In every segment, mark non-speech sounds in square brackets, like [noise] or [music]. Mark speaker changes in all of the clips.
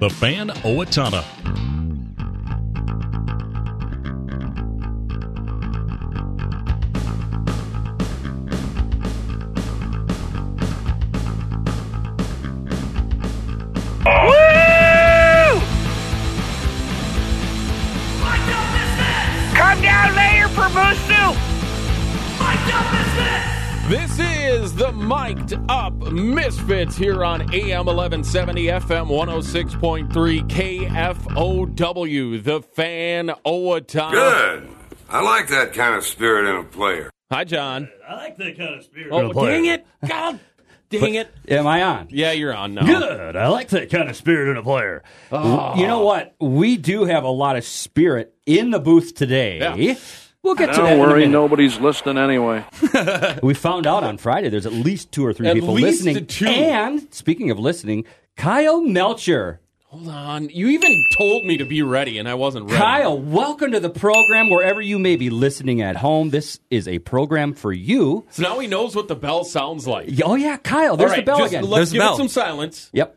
Speaker 1: The Fan Owatonna.
Speaker 2: Come down, Mayor Perbusu!
Speaker 3: This is the Miked Up Misfits here on AM 1170, FM 106.3, KFOW, the fan Owatonna.
Speaker 4: Good. I like that kind of spirit in a player.
Speaker 3: Hi, John.
Speaker 5: I like that kind of spirit.
Speaker 3: Oh,
Speaker 5: player.
Speaker 3: dang it. God dang it.
Speaker 6: Am I on?
Speaker 3: Yeah, you're on now.
Speaker 5: Good. I like that kind of spirit in a player.
Speaker 6: You know what? We do have a lot of spirit in the booth today.
Speaker 3: Yeah.
Speaker 6: We'll get to that.
Speaker 7: Don't
Speaker 6: in a
Speaker 7: worry,
Speaker 6: minute.
Speaker 7: nobody's listening anyway.
Speaker 6: We found out on Friday there's at least two or three
Speaker 3: At
Speaker 6: people
Speaker 3: least
Speaker 6: listening.
Speaker 3: two.
Speaker 6: And speaking of listening, Kyle Melcher.
Speaker 3: Hold on. You even told me to be ready, and I wasn't ready.
Speaker 6: Kyle, welcome to the program wherever you may be listening at home. This is a program for you.
Speaker 3: So now he knows what the bell sounds like.
Speaker 6: Oh, yeah, Kyle, there's
Speaker 3: All right,
Speaker 6: the bell
Speaker 3: just
Speaker 6: again.
Speaker 3: Let's
Speaker 8: There's the
Speaker 3: give it
Speaker 8: bell.
Speaker 3: some silence.
Speaker 6: yep.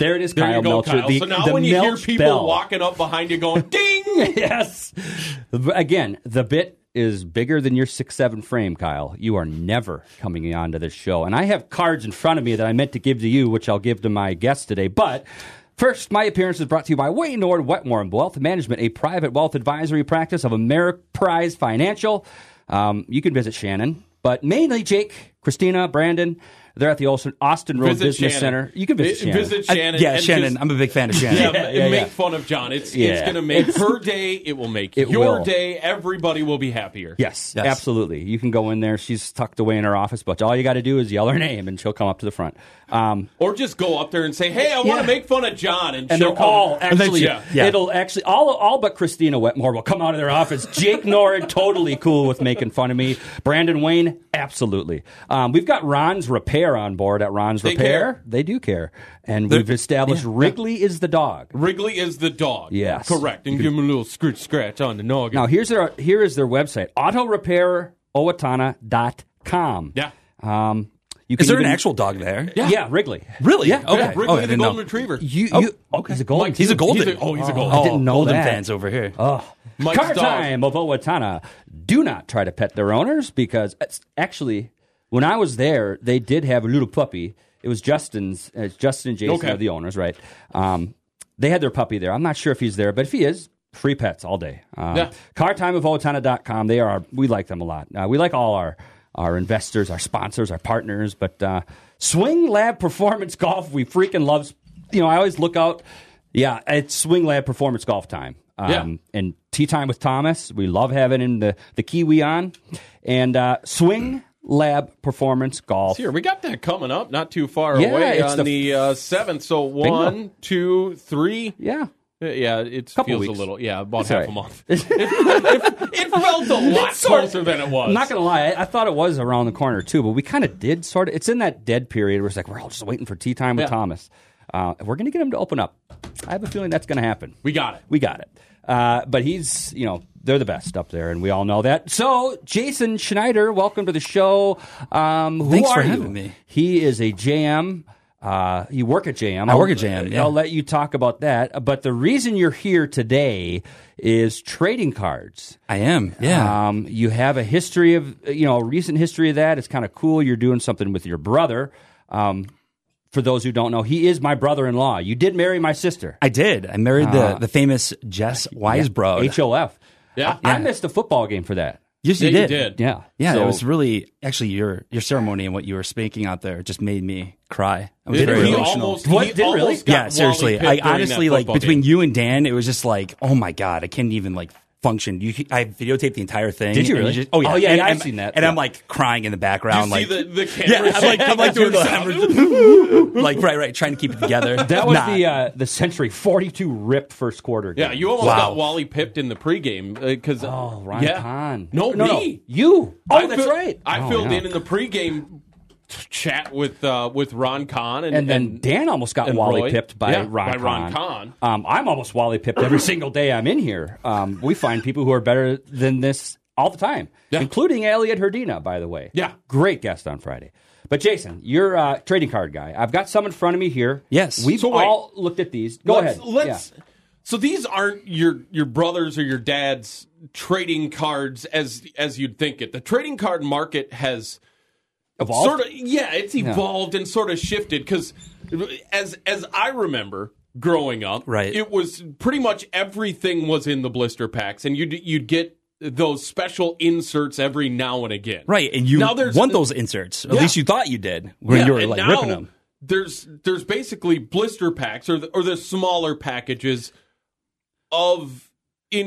Speaker 6: There it is,
Speaker 3: There
Speaker 6: Kyle
Speaker 3: you go,
Speaker 6: Melcher.
Speaker 3: Kyle.
Speaker 6: The,
Speaker 3: so now
Speaker 6: the
Speaker 3: when you hear
Speaker 6: Melch
Speaker 3: people
Speaker 6: bell.
Speaker 3: walking up behind you
Speaker 6: [laughs]
Speaker 3: going, ding!
Speaker 6: yes. Again, the bit is bigger than your six seven frame, Kyle. You are never coming on to this show, and I have cards in front of me that I meant to give to you, which I'll give to my guest today, but. First, my appearance is brought to you by Wayne Nord Wetmore Wealth Management, a private wealth advisory practice of Ameriprise Financial. Um, you can visit Shannon, but mainly Jake, Christina, Brandon. They're at the Austin, Austin Road
Speaker 3: Visit
Speaker 6: Business
Speaker 3: Shannon.
Speaker 6: Center. You can visit
Speaker 3: Vi-
Speaker 6: Shannon.
Speaker 3: Visit
Speaker 8: I-
Speaker 3: Shannon.
Speaker 8: yeah,
Speaker 3: and
Speaker 8: Shannon.
Speaker 3: just-
Speaker 8: I'm a big fan of Shannon.
Speaker 3: [laughs] yeah,
Speaker 6: yeah,
Speaker 3: make
Speaker 6: yeah.
Speaker 3: fun of John. It's it's
Speaker 6: Yeah.
Speaker 3: gonna make her day. It will make
Speaker 6: It
Speaker 3: your
Speaker 6: will.
Speaker 3: day. Everybody will be happier.
Speaker 6: Yes,
Speaker 8: Yes.
Speaker 6: absolutely. You can go in there. She's tucked away in her office, but all you got to do is yell her name, and she'll come up to the front. Um,
Speaker 3: Or just go up there and say, "Hey, I want to
Speaker 6: Yeah.
Speaker 3: make fun of John," and,
Speaker 6: and
Speaker 3: she'll
Speaker 6: they're all
Speaker 3: come.
Speaker 6: actually,
Speaker 3: Yeah.
Speaker 8: Yeah.
Speaker 6: it'll actually all all but Christina Wetmore will come out of their office. Jake Norrin totally cool with making fun of me. Brandon Wayne, absolutely. Um, we've got Ron's Repair on board at Ron's
Speaker 3: They
Speaker 6: Repair.
Speaker 3: care.
Speaker 6: They do care, and we've established Wrigley is the dog.
Speaker 3: Wrigley is the dog.
Speaker 6: Yes.
Speaker 3: correct. And give him a little scratch scratch on the noggin.
Speaker 6: Now here's their here is their website: autorepairoatana.com.
Speaker 3: yeah,
Speaker 6: Um, you can
Speaker 8: Is there an
Speaker 6: even-
Speaker 8: actual dog there?
Speaker 6: Yeah, Wrigley.
Speaker 8: Really? Yeah. Okay.
Speaker 3: Yeah,
Speaker 8: Oh, I
Speaker 3: Wrigley the
Speaker 8: didn't know.
Speaker 3: golden retriever.
Speaker 6: You,
Speaker 8: Oh,
Speaker 6: you okay? He's a golden.
Speaker 8: He's a golden.
Speaker 3: He's a- oh, he's a golden.
Speaker 8: Oh,
Speaker 6: I didn't know
Speaker 8: golden
Speaker 6: that. Oh.
Speaker 8: fans over here.
Speaker 3: Mike's
Speaker 6: Car
Speaker 3: dog.
Speaker 6: time of Owatonna. Do not try to pet their owners because it's actually, when I was there, they did have a little puppy. It was Justin's. uh, It's Justin and Jason
Speaker 3: Okay.
Speaker 6: are the owners, right? Um, they had their puppy there. I'm not sure if he's there, but if he is, free pets all day. Um,
Speaker 3: Yeah.
Speaker 6: CarTimeOfOwatonna.com. They are. We like them a lot. Uh, we like all our our investors, our sponsors, our partners. But uh, Swing Lab Performance Golf, we freaking love. You know, I always look out. Yeah, it's Swing Lab Performance Golf time. Um, And tea time with Thomas. We love having in the the Kiwi on and uh, Swing Lab Performance Golf.
Speaker 3: Here we got that coming up, not too far
Speaker 6: Yeah,
Speaker 3: away
Speaker 6: it's
Speaker 3: on
Speaker 6: the-
Speaker 3: the uh, seventh. So one, two, three.
Speaker 6: Yeah.
Speaker 3: Uh, Yeah, it
Speaker 6: Couple
Speaker 3: feels a
Speaker 6: weeks.
Speaker 3: little. Yeah, about
Speaker 6: It's
Speaker 3: half
Speaker 6: all right.
Speaker 3: a month. [laughs] it, it- it felt
Speaker 6: [laughs]
Speaker 3: a lot closer than it was.
Speaker 6: I'm not gonna lie, I, I thought it was around the corner too, but we kind of did sort of. It's in that dead period where it's like we're all just waiting for tea time with
Speaker 3: Yeah.
Speaker 6: Thomas. Uh, we're gonna get him to open up. I have a feeling that's gonna happen.
Speaker 3: We got it.
Speaker 6: We got it. Uh, but he's, you know, they're the best up there, and we all know that. So, Jason Schneider, welcome to the show. Um, who
Speaker 8: Thanks for
Speaker 6: are you?
Speaker 8: having me.
Speaker 6: He is a JM. Uh, you work at JM. I
Speaker 8: work at JM, yeah.
Speaker 6: I'll let you talk about that. But the reason you're here today is trading cards.
Speaker 8: I am. Yeah.
Speaker 6: Um, you have a history of, you know, a recent history of that. It's kind of cool. You're doing something with your brother. Um, for those who don't know, he is my brother in law. You did marry my sister.
Speaker 8: I did. I married the, the famous Jess Weisbrod.
Speaker 6: HOF.
Speaker 3: Oh, Yeah.
Speaker 6: I, I missed a football game for that.
Speaker 8: yes,
Speaker 3: Yeah,
Speaker 8: you did.
Speaker 6: Yeah.
Speaker 8: Yeah,
Speaker 6: So-
Speaker 8: it was really actually your your ceremony and what you were speaking out there just made me cry. I was
Speaker 3: Did
Speaker 8: very
Speaker 3: he
Speaker 8: emotional.
Speaker 3: almost-
Speaker 6: What?
Speaker 3: he
Speaker 6: Did really?
Speaker 3: almost got
Speaker 8: yeah, seriously.
Speaker 3: Wally
Speaker 8: I
Speaker 3: Pitt during
Speaker 8: honestly
Speaker 3: that
Speaker 8: like
Speaker 3: football
Speaker 8: between
Speaker 3: game.
Speaker 8: you and Dan, it was just like, oh my god, I can't even like function. You, I videotaped the entire thing.
Speaker 6: Did you
Speaker 8: and
Speaker 6: really?
Speaker 8: just- oh yeah,
Speaker 6: Oh, yeah,
Speaker 8: And
Speaker 6: yeah, I've
Speaker 8: I'm-
Speaker 6: seen that.
Speaker 8: And I'm
Speaker 6: Yeah.
Speaker 8: like crying in the
Speaker 3: you
Speaker 8: background,
Speaker 3: see
Speaker 8: like
Speaker 3: the the camera.
Speaker 8: yeah, I'm like I'm like doing the like right, right, trying to keep it together.
Speaker 6: That was
Speaker 8: Nah.
Speaker 6: the uh, the century 42 rip first quarter game.
Speaker 3: Yeah, you almost
Speaker 8: Wow.
Speaker 3: got Wally pipped in the pregame because
Speaker 6: Oh, Ron
Speaker 3: yeah.
Speaker 6: Kahn.
Speaker 3: No,
Speaker 6: no, no,
Speaker 3: me.
Speaker 6: You. Oh,
Speaker 3: I
Speaker 6: that's
Speaker 3: fi-
Speaker 6: right.
Speaker 3: I
Speaker 6: Oh,
Speaker 3: filled
Speaker 6: yeah.
Speaker 3: in in the pregame chat with uh, with Ron Kahn and,
Speaker 6: And then Dan almost got
Speaker 3: and
Speaker 6: Wally
Speaker 3: Roy.
Speaker 6: pipped by
Speaker 3: Yeah,
Speaker 6: Ron
Speaker 3: by Ron
Speaker 6: Kahn. Um, I'm almost Wally
Speaker 3: [clears throat]
Speaker 6: pipped every single day I'm in here. Um, we find people who are better than this all the time,
Speaker 3: Yeah.
Speaker 6: including Elliot Herdina, by the way.
Speaker 3: Yeah.
Speaker 6: Great guest on Friday. But Jason, you're a trading card guy. I've got some in front of me here.
Speaker 8: Yes.
Speaker 6: We've
Speaker 3: So wait.
Speaker 6: all looked at these. Go
Speaker 3: let's,
Speaker 6: ahead.
Speaker 3: Let's. So these aren't your your brothers or your dad's trading cards as as you'd think it. The trading card market has
Speaker 6: Yeah. Evolve?
Speaker 3: sort of yeah, it's evolved and sort of shifted because as as I remember growing up,
Speaker 8: Right.
Speaker 3: it was pretty much everything was in the blister packs, and you'd you'd get those special inserts every now and again.
Speaker 8: Right, and you
Speaker 3: Now there's-
Speaker 8: want those inserts. At
Speaker 3: Yeah.
Speaker 8: least you thought you did when you were
Speaker 3: and
Speaker 8: like
Speaker 3: now
Speaker 8: ripping them.
Speaker 3: There's there's basically blister packs or the, or the smaller packages of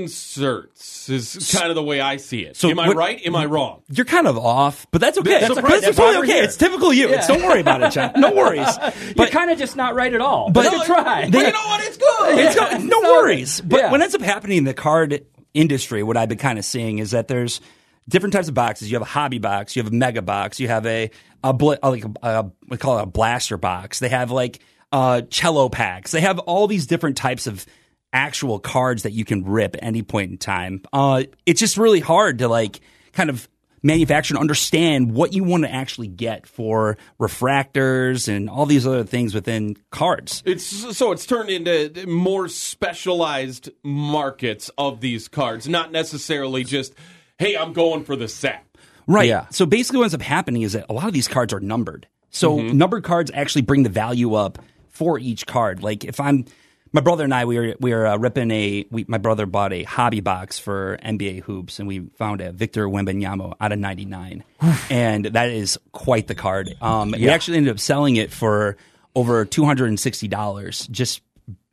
Speaker 3: inserts is kind of the way I see it.
Speaker 8: So
Speaker 3: Am I
Speaker 8: what-
Speaker 3: right? Am I wrong?
Speaker 8: You're kind of off, but that's okay.
Speaker 3: That's
Speaker 8: That's,
Speaker 3: okay. That's
Speaker 8: totally
Speaker 6: why we're
Speaker 8: okay.
Speaker 6: here.
Speaker 8: It's typical you. It's, don't worry about it, John.
Speaker 6: [laughs]
Speaker 8: No worries.
Speaker 6: You're
Speaker 8: But
Speaker 6: kind of just not right at all. But,
Speaker 8: No,
Speaker 6: you try.
Speaker 3: But you know what? It's good.
Speaker 8: it's got- no
Speaker 6: So-
Speaker 8: worries. But
Speaker 6: yeah.
Speaker 8: what ends up happening in the card industry, what I've been kind of seeing is that there's different types of boxes. You have a hobby box, you have a mega box, you have a, a, bl- a like a, a we call it a blaster box. They have like uh, cello packs. They have all these different types of actual cards that you can rip at any point in time. Uh, it's just really hard to like kind of manufacture and understand what you want to actually get for refractors and all these other things within cards.
Speaker 3: It's so it's turned into more specialized markets of these cards, not necessarily just hey, I'm going for the sap.
Speaker 8: Right.
Speaker 6: Yeah.
Speaker 8: So basically, what ends up happening is that a lot of these cards are numbered. So numbered cards actually bring the value up for each card. Like if I'm my brother and I, we were we were uh, ripping a. We, my brother bought a hobby box for NBA hoops, and we found a Victor Wembanyama out of '99, and that is quite the card. Um, We actually ended up selling it for over two hundred and sixty dollars, just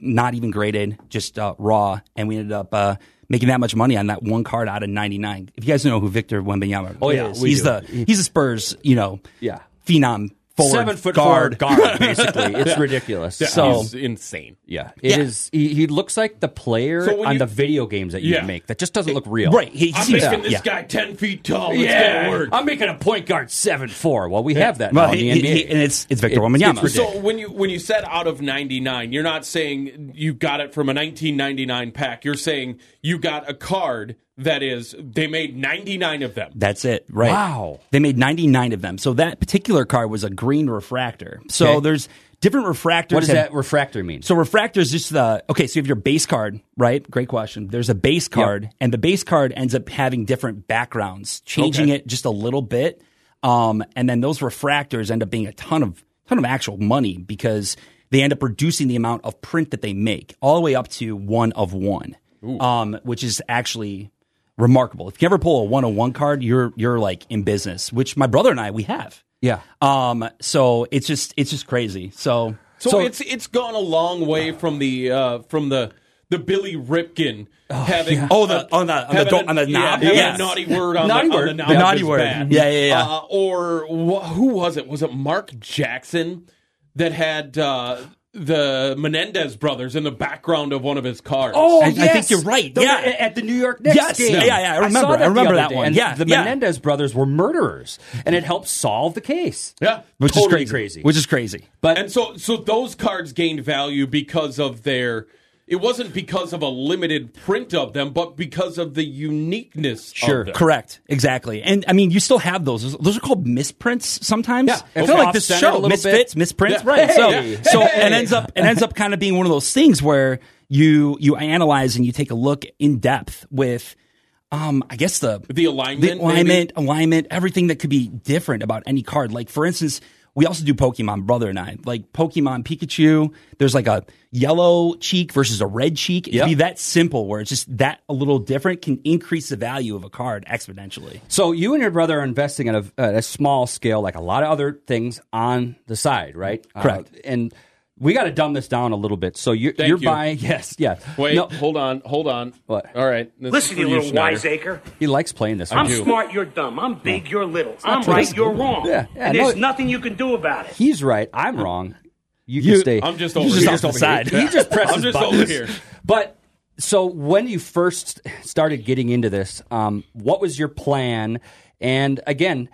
Speaker 8: not even graded, just uh, raw, and we ended up uh, making that much money on that one card out of '99. If you guys know who Victor Wembanyama, oh
Speaker 6: yeah, we
Speaker 8: he's
Speaker 6: do. Mm-hmm.
Speaker 8: the he's a Spurs, you know,
Speaker 6: Yeah.
Speaker 8: phenom forward
Speaker 6: Seven foot
Speaker 8: [laughs] guard.
Speaker 3: [laughs]
Speaker 6: guard, guard basically. It's ridiculous. So
Speaker 3: It's insane.
Speaker 6: yeah, it is. He, he looks like the player
Speaker 3: So when
Speaker 6: on
Speaker 3: you-
Speaker 6: the video games that you
Speaker 3: Yeah.
Speaker 6: make. That just doesn't look real.
Speaker 8: Right, he,
Speaker 3: I'm
Speaker 8: he's-
Speaker 3: making this
Speaker 8: yeah.
Speaker 3: guy ten feet tall. It's
Speaker 6: Yeah,
Speaker 3: gonna work.
Speaker 6: I'm making a point guard seven four. Well, we have that
Speaker 8: Well,
Speaker 6: now in
Speaker 8: he-
Speaker 6: the
Speaker 8: he-
Speaker 6: NBA,
Speaker 8: he- and it's it's Victor
Speaker 6: It's-
Speaker 8: Wembanyama.
Speaker 6: it's
Speaker 3: So when you when you said out of 99, you're not saying you got it from a 1999 pack. You're saying you got a card that is they made 99 of them.
Speaker 8: That's it, right?
Speaker 6: Wow.
Speaker 8: They made 99 of them. So that particular card was a green refractor. So
Speaker 6: Okay.
Speaker 8: there's different refractors.
Speaker 6: what does
Speaker 8: have-
Speaker 6: that refractor mean?
Speaker 8: So refractor is just the okay. So you have your base card, right? Great question. There's a base card, and the base card ends up having different backgrounds, changing it just a little bit. Um, and then those refractors end up being a ton of ton of actual money because they end up reducing the amount of print that they make all the way up to one of one, um, which is actually remarkable. If you ever pull a one of one card, you're you're like in business. Which my brother and I we have.
Speaker 6: yeah,
Speaker 8: Um, so it's just it's just crazy. So
Speaker 3: So, it's it's gone a long way from the uh, from the the Billy Ripkin having
Speaker 8: Oh, the- on the- on the
Speaker 3: having
Speaker 8: door- on the
Speaker 3: yeah,
Speaker 8: knob.
Speaker 3: having
Speaker 8: Yes.
Speaker 3: a naughty word on
Speaker 6: Naughty
Speaker 3: the,
Speaker 6: word.
Speaker 3: on the
Speaker 6: The
Speaker 3: knob
Speaker 8: naughty
Speaker 3: is
Speaker 8: word.
Speaker 3: bad.
Speaker 8: Yeah, yeah, yeah.
Speaker 3: Uh, or wh- who was it? Was it Mark Jackson that had uh, the Menendez brothers in the background of one of his cars?
Speaker 8: I- I think you're right.
Speaker 6: Oh, The-
Speaker 8: Yeah.
Speaker 6: at the New York Knicks
Speaker 8: Yes.
Speaker 6: game.
Speaker 8: Yeah, yeah, I remember.
Speaker 6: saw
Speaker 8: I
Speaker 6: the
Speaker 8: remember
Speaker 6: other
Speaker 8: that
Speaker 6: day,
Speaker 8: one.
Speaker 6: and
Speaker 8: Yeah,
Speaker 6: the
Speaker 8: yeah.
Speaker 6: Menendez brothers were murderers, and it helped solve the case.
Speaker 3: yeah.
Speaker 8: which
Speaker 6: Totally
Speaker 8: is crazy,
Speaker 6: crazy.
Speaker 8: Which is crazy.
Speaker 6: But
Speaker 3: And so so those cards gained value because of their it wasn't because of a limited print of them, but because of the uniqueness
Speaker 6: Sure.
Speaker 3: of them.
Speaker 8: Correct. Exactly. And I mean, you still have those. Those- Those are called misprints sometimes.
Speaker 6: Yeah.
Speaker 8: I
Speaker 6: Okay.
Speaker 8: feel like this
Speaker 6: Off-centered a
Speaker 8: show,
Speaker 6: little
Speaker 8: misfits, misprints,
Speaker 3: Yeah.
Speaker 8: right? So,
Speaker 6: Hey.
Speaker 8: so
Speaker 6: Hey.
Speaker 8: it ends up it ends up kind of being one of those things where you you analyze and you take a look in depth with, um, I guess the
Speaker 3: The alignment,
Speaker 8: the alignment, alignment, everything that could be different about any card. Like for instance. We also do Pokemon, brother and I. Like Pokemon Pikachu, there's like a yellow cheek versus a red cheek. It
Speaker 6: Yep.
Speaker 8: can be that simple where it's just that a little different can increase the value of a card exponentially.
Speaker 6: So you and your brother are investing at a, at a small scale, like a lot of other things on the side, right?
Speaker 8: Correct.
Speaker 6: Uh, and we got to dumb this down a little bit. So you're,
Speaker 3: Thank
Speaker 6: you're
Speaker 3: you.
Speaker 6: buying, [laughs] yes, yeah.
Speaker 3: Wait,
Speaker 6: No,
Speaker 3: hold on, hold on.
Speaker 6: What?
Speaker 3: All right. this is
Speaker 1: Listen,
Speaker 3: for
Speaker 1: you little
Speaker 3: Schneider.
Speaker 1: wiseacre.
Speaker 6: he likes playing this.
Speaker 1: I'm
Speaker 6: one.
Speaker 1: smart, you're dumb. I'm big, you're little.
Speaker 6: not
Speaker 1: I'm
Speaker 6: true.
Speaker 1: right, you're wrong.
Speaker 6: Yeah, yeah,
Speaker 1: and
Speaker 6: no,
Speaker 1: there's
Speaker 6: it-
Speaker 1: nothing you can do about it.
Speaker 6: He's right. I'm wrong. You, can stay.
Speaker 3: [laughs] I'm just
Speaker 6: He's
Speaker 3: over
Speaker 8: here.
Speaker 6: off
Speaker 8: Just outside.
Speaker 6: He just presses
Speaker 3: I'm just
Speaker 6: buttons.
Speaker 3: over here.
Speaker 6: But so when you first started getting into this, um, what was your plan? And again,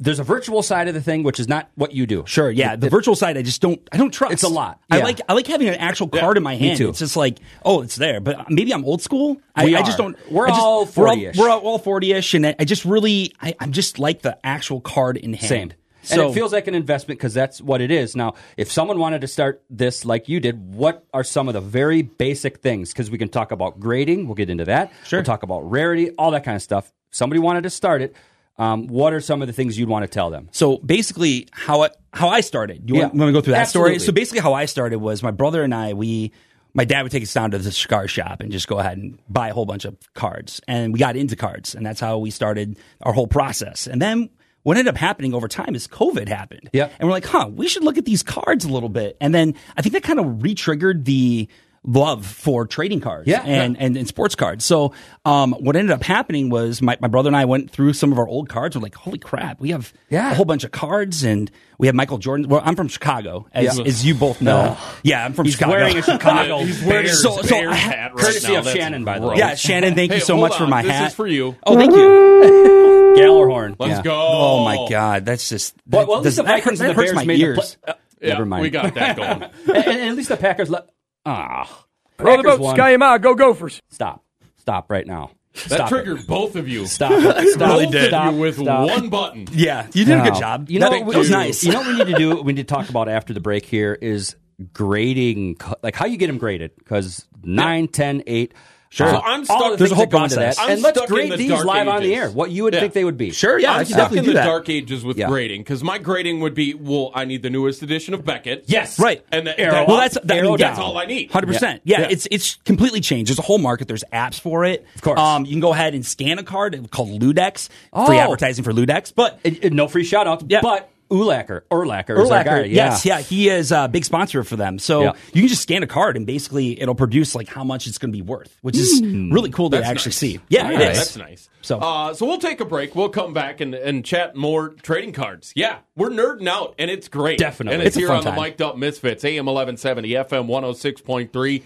Speaker 6: there's a virtual side of the thing, which is not what you do.
Speaker 8: Sure, yeah. The virtual side, I just don't. I don't trust.
Speaker 6: It's a lot,
Speaker 8: I
Speaker 6: yeah.
Speaker 8: like. I like having an actual card in my hand.
Speaker 6: too.
Speaker 8: It's just like, oh, it's there. But maybe I'm old school. I,
Speaker 6: We
Speaker 8: I
Speaker 6: are.
Speaker 8: just don't.
Speaker 6: We're
Speaker 8: I just-
Speaker 6: all
Speaker 8: we're all-
Speaker 6: 40-ish.
Speaker 8: We're all forty-ish, and I I just really, I, I'm just like the actual card in hand.
Speaker 6: Same. And
Speaker 8: So-
Speaker 6: it feels like an investment because that's what it is. Now, if someone wanted to start this like you did, what are some of the very basic things? Because we can talk about grading, we'll get into that. Sure. We'll talk about rarity, all that kind of stuff. If somebody wanted to start it, um, what are some of the things you'd want to tell them?
Speaker 8: So basically, how I, how I started. You
Speaker 6: Yeah.
Speaker 8: want, want to go through that
Speaker 6: Absolutely.
Speaker 8: story? So basically, how I started was my brother and I. We my dad would take us down to the cigar shop and just go ahead and buy a whole bunch of cards, and we got into cards, and that's how we started our whole process. And then what ended up happening over time is COVID happened.
Speaker 6: Yeah.
Speaker 8: and we're like, huh, we should look at these cards a little bit. And then I think that kind of re-triggered the love for trading cards
Speaker 6: Yeah.
Speaker 8: and, and, and sports cards. So um, what ended up happening was my, my brother and I went through some of our old cards. We're like, holy crap, we have
Speaker 6: Yeah.
Speaker 8: a whole bunch of cards and we have Michael Jordan. Well, I'm from Chicago, as,
Speaker 6: Yeah.
Speaker 8: as you both know. Yeah, I'm from
Speaker 6: He's
Speaker 8: Chicago.
Speaker 6: wearing a Chicago
Speaker 8: [laughs]
Speaker 3: He's wearing
Speaker 6: Bears-
Speaker 8: So- so I-
Speaker 3: Bears hat right
Speaker 6: courtesy
Speaker 3: now.
Speaker 6: of
Speaker 3: That's
Speaker 6: Shannon, by the way.
Speaker 3: gross.
Speaker 8: yeah, Shannon, thank
Speaker 3: Hey,
Speaker 8: you so
Speaker 3: hold
Speaker 8: much for
Speaker 3: on.
Speaker 8: my
Speaker 3: this
Speaker 8: hat.
Speaker 3: is for you.
Speaker 8: Oh, thank you. [laughs]
Speaker 6: Gallerhorn.
Speaker 3: Let's
Speaker 6: [laughs] Yeah.
Speaker 3: go.
Speaker 8: Oh my God, that's just that,
Speaker 6: Well, well, at least
Speaker 8: does-
Speaker 6: the
Speaker 8: that
Speaker 6: Vikings
Speaker 8: hurts,
Speaker 6: and the
Speaker 8: that hurts
Speaker 6: Bears
Speaker 8: my
Speaker 6: made the
Speaker 8: ears.
Speaker 6: pla- uh,
Speaker 3: Yeah,
Speaker 6: never mind.
Speaker 3: We got that
Speaker 6: [laughs]
Speaker 3: going.
Speaker 6: uh, and, and at least the Packers. Le- ah,
Speaker 7: Row the
Speaker 6: Packers
Speaker 7: boat,
Speaker 6: won.
Speaker 7: sky him out, go Gophers.
Speaker 6: Stop. Stop right now.
Speaker 3: That
Speaker 6: Stop it.
Speaker 3: triggered both of you. [laughs]
Speaker 6: Stop. it. Stop.
Speaker 3: Both
Speaker 6: it.
Speaker 3: of
Speaker 6: Stop.
Speaker 3: you with
Speaker 6: Stop.
Speaker 3: one button.
Speaker 8: yeah, you did a good
Speaker 6: Wow.
Speaker 8: job.
Speaker 6: You
Speaker 8: That-
Speaker 6: know
Speaker 8: that,
Speaker 6: what we-
Speaker 8: was nice.
Speaker 6: You know what we need to do? [laughs] We need to talk about after the break. Here is grading, co- like how you get them graded, because nine, ten, eight. uh, Sure.
Speaker 3: So I'm stuck-
Speaker 8: there's a whole process.
Speaker 3: I'm
Speaker 6: and let's
Speaker 3: stuck in
Speaker 6: grade
Speaker 3: the
Speaker 6: these
Speaker 3: dark
Speaker 6: live on the
Speaker 3: ages.
Speaker 6: air. What you would
Speaker 3: Yeah.
Speaker 6: think they would be?
Speaker 8: Sure, yeah, I
Speaker 3: I'm
Speaker 8: can
Speaker 3: stuck
Speaker 8: definitely
Speaker 3: in
Speaker 8: do
Speaker 3: the
Speaker 8: that.
Speaker 3: dark ages with
Speaker 6: Yeah.
Speaker 3: grading because my grading would be well, I need the newest edition of Beckett.
Speaker 6: Yes.
Speaker 8: Right.
Speaker 3: and the
Speaker 6: Arrow
Speaker 3: arrow.
Speaker 6: up,
Speaker 8: Well, that's that, I
Speaker 6: arrow
Speaker 8: mean,
Speaker 3: that's
Speaker 8: yeah.
Speaker 6: down.
Speaker 3: all I need.
Speaker 8: Hundred percent. Yeah,
Speaker 3: Yeah.
Speaker 8: it's it's completely changed. There's a whole market. There's apps for it. Of
Speaker 6: course.
Speaker 8: um, you can go ahead and scan a card called Ludex.
Speaker 6: Oh.
Speaker 8: Free advertising for Ludex, but
Speaker 6: And- and no free shout outs,
Speaker 8: Yeah.
Speaker 6: but Ulacker, Urlacher, is our
Speaker 8: Urlacher,
Speaker 6: guy.
Speaker 8: yes, yeah, he is a big sponsor for them. So
Speaker 6: Yeah.
Speaker 8: you can just scan a card and basically it'll produce like how much it's going to be worth, which is
Speaker 6: Mm.
Speaker 8: really cool to actually
Speaker 3: nice.
Speaker 8: see. Yeah, it is.
Speaker 3: That's nice.
Speaker 8: So-
Speaker 3: So, uh, so we'll take a break. We'll come back and, and chat more trading cards. Yeah, we're nerding out, and it's great.
Speaker 6: Definitely.
Speaker 3: and it's,
Speaker 8: It's a
Speaker 3: here
Speaker 8: fun
Speaker 3: on the
Speaker 8: time.
Speaker 3: Mic'd Up Misfits, AM eleven seventy, FM one hundred six point three,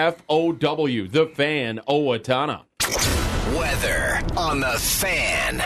Speaker 3: KFOW, the fan, Owatonna.
Speaker 9: Weather on the fan.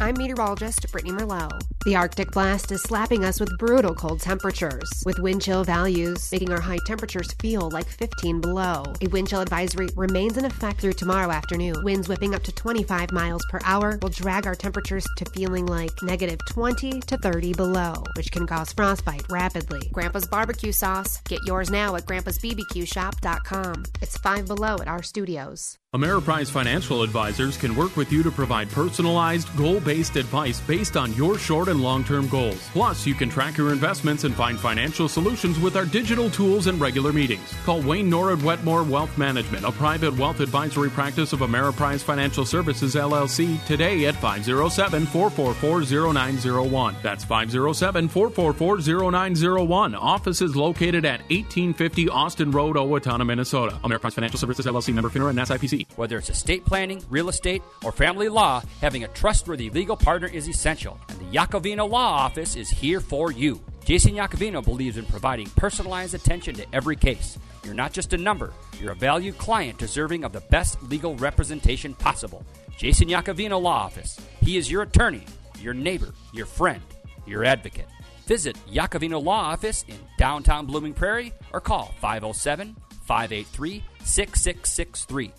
Speaker 10: I'm meteorologist Brittany Merlot. The Arctic blast is slapping us with brutal cold temperatures, with wind chill values making our high temperatures feel like 15 below. A wind chill advisory remains in effect through tomorrow afternoon. Winds whipping up to 25 miles per hour will drag our temperatures to feeling like negative 20 to 30 below, which can cause frostbite rapidly. Grandpa's barbecue sauce. Get yours now at grandpa'sbbqshop.com. It's 5 below at our studios.
Speaker 11: Ameriprise Financial Advisors can work with you to provide personalized, goal based advice based on your short and long term goals. Plus, you can track your investments and find financial solutions with our digital tools and regular meetings. Call Wayne Norwood Wetmore Wealth Management, a private wealth advisory practice of Ameriprise Financial Services LLC, today at 507 444 0901. That's 507 444 0901. Office is located at 1850 Austin Road, Owatonna, Minnesota. Ameriprise Financial Services LLC member FINRA and SIPC.
Speaker 12: Whether it's estate planning, real estate, or family law, having a trustworthy legal partner is essential, and the Yakovino Law Office is here for you. Jason Yakovino believes in providing personalized attention to every case. You're not just a number, you're a valued client deserving of the best legal representation possible. Jason Yakovino Law Office. He is your attorney, your neighbor, your friend, your advocate. Visit Yakovino Law Office in downtown Blooming Prairie or call 507 583 6663.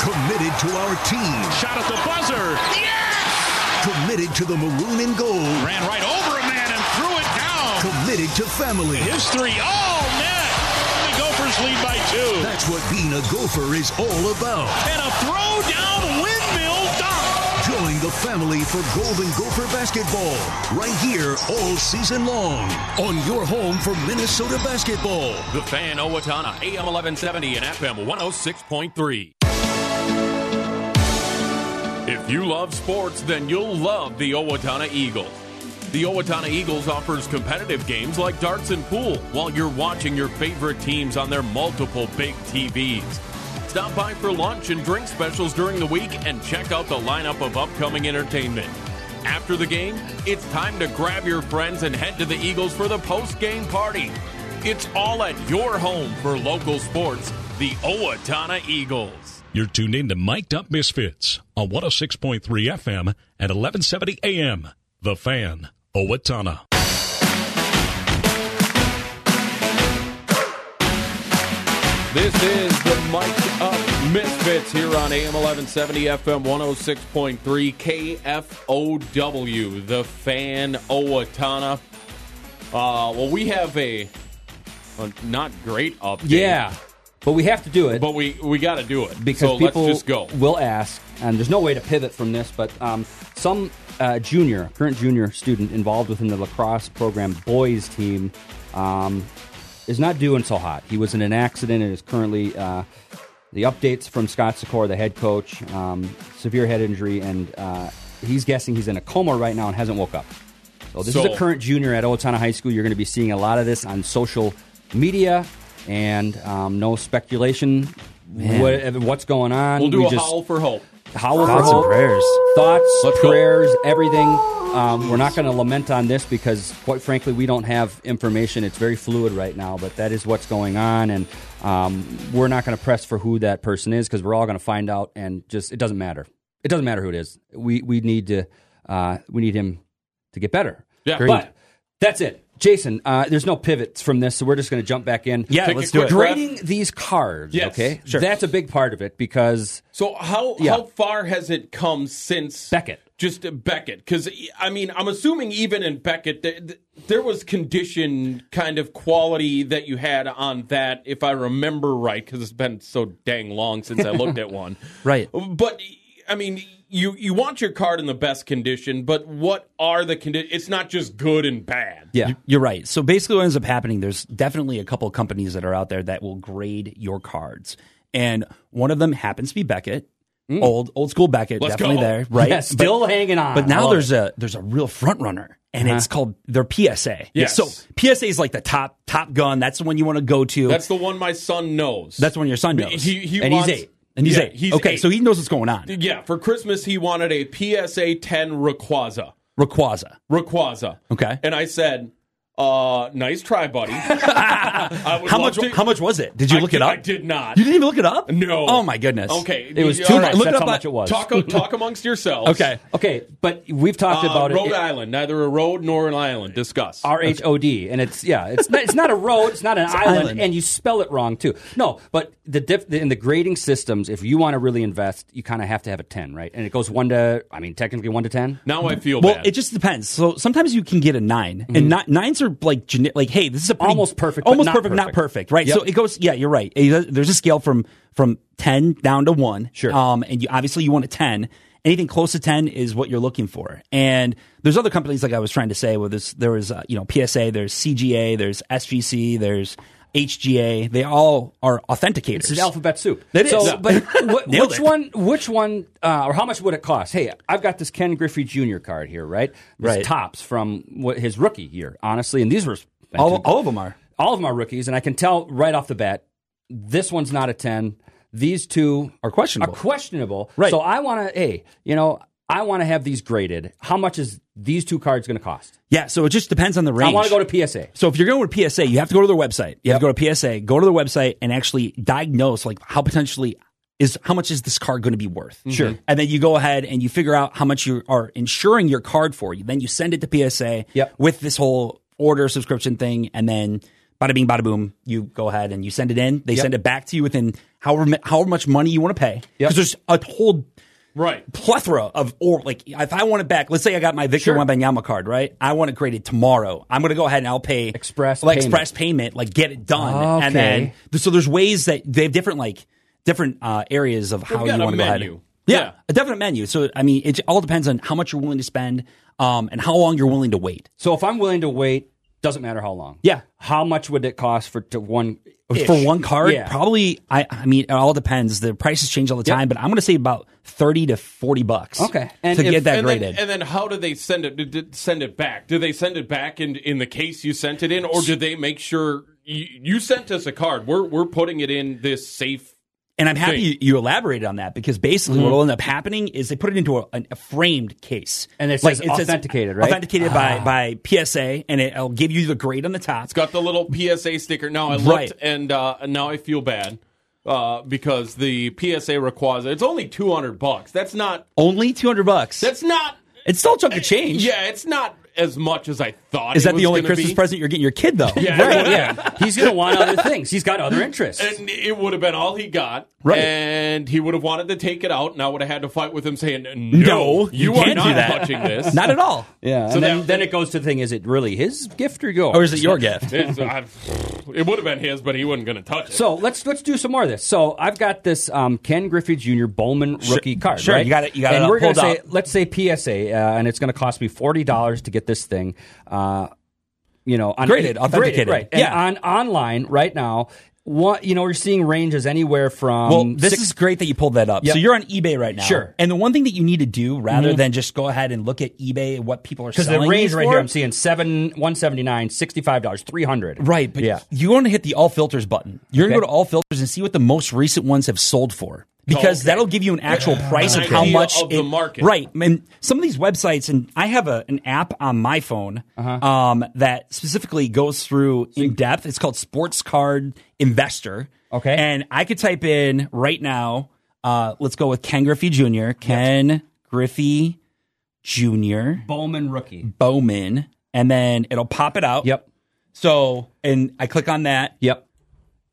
Speaker 11: Committed to our team. Shot at the buzzer. Committed to the maroon and gold. Ran right over a man and threw it down. Committed to family. His three. all net. The Gophers lead by two. That's what being a Gopher is all about. And a throw down windmill dunk. Join the family for Golden Gopher basketball right here all season long on your home for Minnesota basketball.
Speaker 3: The fan, Owatonna, AM eleven seventy and FM one hundred six point three. If you love sports, then you'll love the Owatonna Eagles. The Owatonna Eagles offers competitive games like darts and pool while you're watching your favorite teams on their multiple big TVs. Stop by for lunch and drink specials during the week and check out the lineup of upcoming entertainment. After the game, it's time to grab your friends and head to the Eagles for the post game party. It's all at your home for local sports, the Owatonna Eagles.
Speaker 11: You're tuned in to Mic'd Up Misfits on 106.3 FM at 1170 AM. The Fan, Owatonna.
Speaker 3: This is the Mike Up Misfits here on AM 1170, FM 106.3, KFOW, the fan Owatonna. Uh, well, we have a, a not great update.
Speaker 6: Yeah, but we have to do it.
Speaker 3: But we, we got to do it.
Speaker 6: because
Speaker 3: so
Speaker 6: people
Speaker 3: let's just go.
Speaker 6: will ask, and there's no way to pivot from this, but um, some uh, junior, current junior student involved within the lacrosse program boys team um, is not doing so hot. He was in an accident and is currently. Uh, the updates from Scott Secor, the head coach, um, severe head injury, and uh, he's guessing he's in a coma right now and hasn't woke up. So Oh, this is
Speaker 3: So-
Speaker 6: a current junior at Owatonna High School. You're going to be seeing a lot of this on social media, and um, no speculation.
Speaker 3: Man.
Speaker 6: What, uh, what's going on.
Speaker 3: We'll do
Speaker 6: we
Speaker 3: a howl for hope.
Speaker 6: howl
Speaker 3: Thoughts
Speaker 6: for
Speaker 3: and
Speaker 6: hope.
Speaker 3: prayers.
Speaker 6: Thoughts,
Speaker 3: Let's go.
Speaker 6: prayers, everything. Um, we're not going to lament on this because, quite frankly, we don't have information. It's very fluid right now, but that is what's going on, and um, we're not going to press for who that person is because we're all going to find out, and just it doesn't matter. It doesn't matter who it is. We we need to uh, we need him to get better.
Speaker 3: Yeah. Agreed.
Speaker 6: but that's it. Jason, uh, there's no pivots from this, so we're just going to jump back in.
Speaker 3: Yeah, Take a let's do quick it. breath.
Speaker 6: Grading these cards,
Speaker 3: Yes,
Speaker 6: okay?
Speaker 3: sure.
Speaker 6: That's a big part of it because
Speaker 3: So how
Speaker 6: Yeah.
Speaker 3: how far has it come since
Speaker 6: Beckett?
Speaker 3: Just Beckett, because I mean, I'm assuming even in Beckett, th- th- there was condition kind of quality that you had on that, if I remember right, because it's been so dang long since I looked at one.
Speaker 8: Right.
Speaker 3: But I mean, you you want your card in the best condition, but what are the conditions? It's not just good and bad.
Speaker 6: Yeah.
Speaker 8: You're right. So basically, what ends up happening, there's definitely a couple of companies that are out there that will grade your cards. And one of them happens to be Beckett.
Speaker 3: Mm.
Speaker 8: Old old school Beckett,
Speaker 6: Let's
Speaker 8: definitely
Speaker 6: go.
Speaker 8: there,
Speaker 3: [laughs]
Speaker 8: right?
Speaker 6: Yeah, still hanging on.
Speaker 8: But
Speaker 6: I
Speaker 8: now
Speaker 6: love
Speaker 8: there's a there's a real front runner, and it's called their PSA.
Speaker 3: Uh-huh. Yes.
Speaker 8: So PSA is like the top top gun. That's the one you want to go to.
Speaker 3: That's the one my son knows.
Speaker 8: That's when your son
Speaker 3: But
Speaker 8: knows.
Speaker 3: he- he
Speaker 8: and
Speaker 3: wants-
Speaker 8: he's eight. And he's
Speaker 3: Yeah,
Speaker 8: eight.
Speaker 3: he's
Speaker 8: okay,
Speaker 3: eight.
Speaker 8: so he knows what's going on.
Speaker 3: yeah. For Christmas, he wanted a PSA 10 Rayquaza.
Speaker 8: Rayquaza.
Speaker 3: Rayquaza.
Speaker 8: Okay.
Speaker 3: And I said, uh, nice try,
Speaker 8: [laughs]
Speaker 3: buddy. I would
Speaker 8: How
Speaker 3: love
Speaker 8: much
Speaker 3: to-
Speaker 8: how much was it? Did you
Speaker 3: I
Speaker 8: look
Speaker 3: did-
Speaker 8: it up?
Speaker 3: I did not.
Speaker 8: You didn't even look it up?
Speaker 3: No.
Speaker 8: Oh my goodness.
Speaker 3: Okay.
Speaker 6: It was
Speaker 3: Yeah,
Speaker 6: two
Speaker 3: all
Speaker 6: bucks.
Speaker 8: Look it
Speaker 6: That's
Speaker 8: up
Speaker 6: how
Speaker 8: on-
Speaker 6: much it was.
Speaker 3: Talk,
Speaker 8: [laughs]
Speaker 3: talk amongst yourselves.
Speaker 8: Okay.
Speaker 6: Okay, but we've talked
Speaker 3: Uh,
Speaker 6: about
Speaker 3: Rhode
Speaker 6: it.
Speaker 3: Island, neither a road nor an island. Discuss.
Speaker 6: R H O D, and it's yeah, it's not, it's not a road, it's
Speaker 8: [laughs]
Speaker 6: not an island,
Speaker 8: island.
Speaker 6: and you spell it wrong too. No, but the diff, in the grading systems, if you want to really invest, you kind of have to have a ten, right? And it goes one to, I mean, technically one to ten.
Speaker 3: now I feel
Speaker 6: Oh,
Speaker 8: Well,
Speaker 3: bad.
Speaker 8: it just depends. So sometimes you can get a 9 and not, nines are like gene- like, hey, this is a pretty,
Speaker 6: Mm-hmm. Almost perfect, but
Speaker 8: almost
Speaker 6: not
Speaker 8: perfect, not
Speaker 6: perfect.
Speaker 8: perfect, right?
Speaker 6: Yep.
Speaker 8: So it goes. Yeah, you're right. It- There's a scale from from ten down to one.
Speaker 6: Sure.
Speaker 8: Um, and you obviously you want a ten. Anything close to ten is what you're looking for. And there's other companies like I was trying to say where there's there was uh, you know PSA, there's CGA, there's SGC, there's HGA. They all are authenticators.
Speaker 6: It's an alphabet soup.
Speaker 8: It
Speaker 6: so,
Speaker 8: is. [laughs]
Speaker 6: But wh-
Speaker 8: Nailed
Speaker 6: which
Speaker 8: it.
Speaker 6: one? Which one? Uh, or how much would it cost? Hey, I've got this Ken Griffey Jr. card here, right? This
Speaker 8: Right.
Speaker 6: Tops from what, his rookie year, honestly, and these were
Speaker 8: All, all of them are.
Speaker 6: all of them are rookies, and I can tell right off the bat, this one's not a ten. These two
Speaker 8: Are questionable.
Speaker 6: Are questionable.
Speaker 8: Right.
Speaker 6: So I want to, hey, you know, I want to have these graded. How much is these two cards going to cost?
Speaker 8: Yeah. So it just depends on the range.
Speaker 6: I want to go to PSA.
Speaker 8: So if you're going with PSA, you have to go to their website. You have to go to PSA, go to their website and actually diagnose like how potentially is how much is this card going to be worth?
Speaker 6: Mm-hmm.
Speaker 8: Sure. And then you go ahead and you figure out how much you are insuring your card for. You then you send it to PSA
Speaker 6: Yep.
Speaker 8: with this whole order subscription thing and then bada bing bada boom, you go ahead and you send it in. They
Speaker 6: Yep.
Speaker 8: send it back to you within however mi- however much money you want to pay.
Speaker 6: Yep.
Speaker 8: Because there's a whole
Speaker 3: right.
Speaker 8: plethora of or like if I want it back, let's say I got my Victor
Speaker 6: Sure.
Speaker 8: Wembanyama card, right? I want it graded tomorrow. I'm going to go ahead and I'll pay
Speaker 6: Express
Speaker 8: like
Speaker 6: payment.
Speaker 8: express payment, like get it done, and
Speaker 6: Okay.
Speaker 8: then so there's ways that they have different like different uh, areas of
Speaker 3: got
Speaker 8: how you
Speaker 3: a
Speaker 8: want to go ahead.
Speaker 3: menu.
Speaker 8: Yeah,
Speaker 3: Yeah.
Speaker 8: a definite menu. So I mean, it j- all depends on how much you're willing to spend um, and how long you're willing to wait.
Speaker 6: So if I'm willing to wait, doesn't matter how long.
Speaker 8: Yeah.
Speaker 6: How much would it cost for to one
Speaker 8: For one card,
Speaker 6: Yeah. [laughs]
Speaker 8: probably I I mean it all depends. The prices change all the
Speaker 6: Yep.
Speaker 8: time, but I'm going to say about thirty to forty bucks.
Speaker 6: Okay. And
Speaker 8: to
Speaker 6: if-
Speaker 8: get that
Speaker 3: And then,
Speaker 8: graded.
Speaker 3: and then how do they send it? Did, did- send it back? Do they send it back in in the case you sent it in, or do they make sure you, you sent us a card? We're we're putting it in this safe.
Speaker 8: And I'm happy
Speaker 3: thing.
Speaker 8: you, you elaborated on that because basically what will end up happening is they put it into a, an- a framed case.
Speaker 6: And it says authenticated, right?
Speaker 8: Authenticated Ah. by, by PSA, and it'll give you the grade on the top.
Speaker 3: It's got the little PSA sticker. Now I looked
Speaker 8: Right.
Speaker 3: and uh, now I feel bad uh, because the PSA Rayquaza. It's only two hundred bucks. That's not.
Speaker 8: Only 200 bucks.
Speaker 3: That's not.
Speaker 8: it's still a chunk of change.
Speaker 3: Yeah, it's not. as much as I thought.
Speaker 8: Is
Speaker 3: it
Speaker 8: that
Speaker 3: was
Speaker 8: the only
Speaker 3: gonna
Speaker 8: Christmas
Speaker 3: be.
Speaker 8: present you're getting your kid [laughs] though?
Speaker 3: Yeah. Right,
Speaker 6: yeah. He's going to want other things. He's got other interests.
Speaker 3: And it would have been all he got.
Speaker 8: Right.
Speaker 3: And he would have wanted to take it out, and I would have had to fight with him saying, No,
Speaker 8: No,
Speaker 3: you,
Speaker 8: you
Speaker 3: are
Speaker 8: can't
Speaker 3: not
Speaker 8: do that."
Speaker 3: touching this.
Speaker 8: Not at all.
Speaker 6: [laughs] Yeah.
Speaker 3: So
Speaker 6: and then,
Speaker 3: that-
Speaker 6: then it goes to the thing: is it really his gift or yours,
Speaker 8: Or is it your gift?
Speaker 3: It's- I've- it would have been his, but he wasn't going to touch it.
Speaker 6: So let's let's do some more of this. So I've got this um, Ken Griffey Jr. Bowman rookie card.
Speaker 8: sure,
Speaker 6: right?
Speaker 8: you got it- you got it
Speaker 6: and
Speaker 8: up,
Speaker 6: we're gonna
Speaker 8: pulled
Speaker 6: say
Speaker 8: up.
Speaker 6: let's say PSA, uh, and it's going to cost me forty dollars to get this thing. Uh, you know, on,
Speaker 8: Graded, authenticated.
Speaker 6: right?
Speaker 8: Yeah.
Speaker 6: And on online right now, what you know, we're seeing ranges anywhere from
Speaker 8: Well, this
Speaker 6: six-
Speaker 8: is great that you pulled that up.
Speaker 6: Yep.
Speaker 8: So you're on eBay right now.
Speaker 6: Sure.
Speaker 8: And the one thing that you need to do rather than just go ahead and look at eBay and what people are
Speaker 6: because
Speaker 8: selling
Speaker 6: the range
Speaker 8: these
Speaker 6: right
Speaker 8: for-
Speaker 6: here. I'm seeing seven one seventy nine, sixty five dollars, three hundred.
Speaker 8: Right, but
Speaker 6: yeah.
Speaker 8: you want to hit the all filters button. You're going
Speaker 6: Okay.
Speaker 8: to go to all filters and see what the most recent ones have sold for. Because
Speaker 3: okay.
Speaker 8: that'll give you an actual price
Speaker 3: An
Speaker 8: of how
Speaker 3: idea
Speaker 8: much
Speaker 3: of the
Speaker 8: it-
Speaker 3: market.
Speaker 8: Right, and some of these websites, and I have a, an app on my phone
Speaker 6: Uh-huh.
Speaker 8: um, that specifically goes through in depth. It's called Sports Card Investor.
Speaker 6: Okay.
Speaker 8: and I could type in right now. Uh, let's go with Ken Griffey Jr. Ken Griffey Jr.
Speaker 6: Bowman rookie.
Speaker 8: Bowman, and then it'll pop it out.
Speaker 6: Yep.
Speaker 8: So, and I click on that.
Speaker 6: Yep.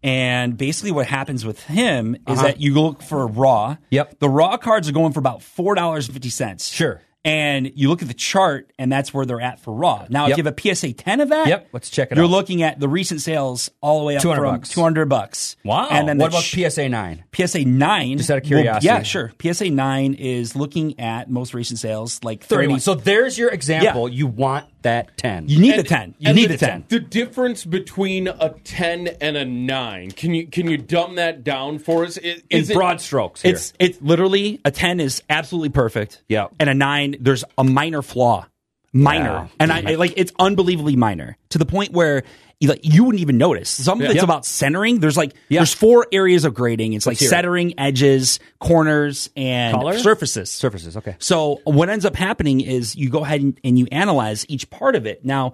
Speaker 8: And basically, what happens with him is that you look for raw.
Speaker 6: Uh-huh. Yep.
Speaker 8: The raw cards are going for about four dollars fifty cents.
Speaker 6: Sure.
Speaker 8: And you look at the chart, and that's where they're at for raw. Now,
Speaker 6: Yep.
Speaker 8: if you have a PSA ten of that,
Speaker 6: Yep. Let's check it
Speaker 8: You're
Speaker 6: out.
Speaker 8: looking at the recent sales all the way up
Speaker 6: 200
Speaker 8: from
Speaker 6: bucks.
Speaker 8: two hundred bucks.
Speaker 6: Wow.
Speaker 8: And then
Speaker 6: what
Speaker 8: the
Speaker 6: about
Speaker 8: sh-
Speaker 6: PSA nine?
Speaker 8: PSA nine?
Speaker 6: Just out of
Speaker 8: will-
Speaker 6: curiosity.
Speaker 8: yeah, sure. PSA nine is looking at most recent sales like
Speaker 6: 31.
Speaker 8: thirty.
Speaker 6: So there's your example. You want that 10.
Speaker 8: you need
Speaker 3: And-
Speaker 8: the ten. You
Speaker 3: and
Speaker 8: need the ten.
Speaker 3: The difference between a ten and a nine. Can you can you dumb that down for us? I- Is,
Speaker 6: in
Speaker 3: it-
Speaker 6: broad strokes here.
Speaker 8: It's it's literally a ten is absolutely perfect.
Speaker 6: Yeah.
Speaker 8: and a nine there's a minor flaw, minor,
Speaker 6: Wow.
Speaker 8: and I, I- like it's unbelievably minor to the point where you, like, you wouldn't even notice. Some of it's
Speaker 6: Yeah.
Speaker 8: about centering. There's like
Speaker 6: Yeah.
Speaker 8: there's four areas of grading. It's
Speaker 6: hear
Speaker 8: like
Speaker 6: it.
Speaker 8: centering, edges, corners, and
Speaker 6: Color?
Speaker 8: surfaces.
Speaker 6: surfaces. Okay.
Speaker 8: So what ends up happening is you go ahead and, and you analyze each part of it. Now,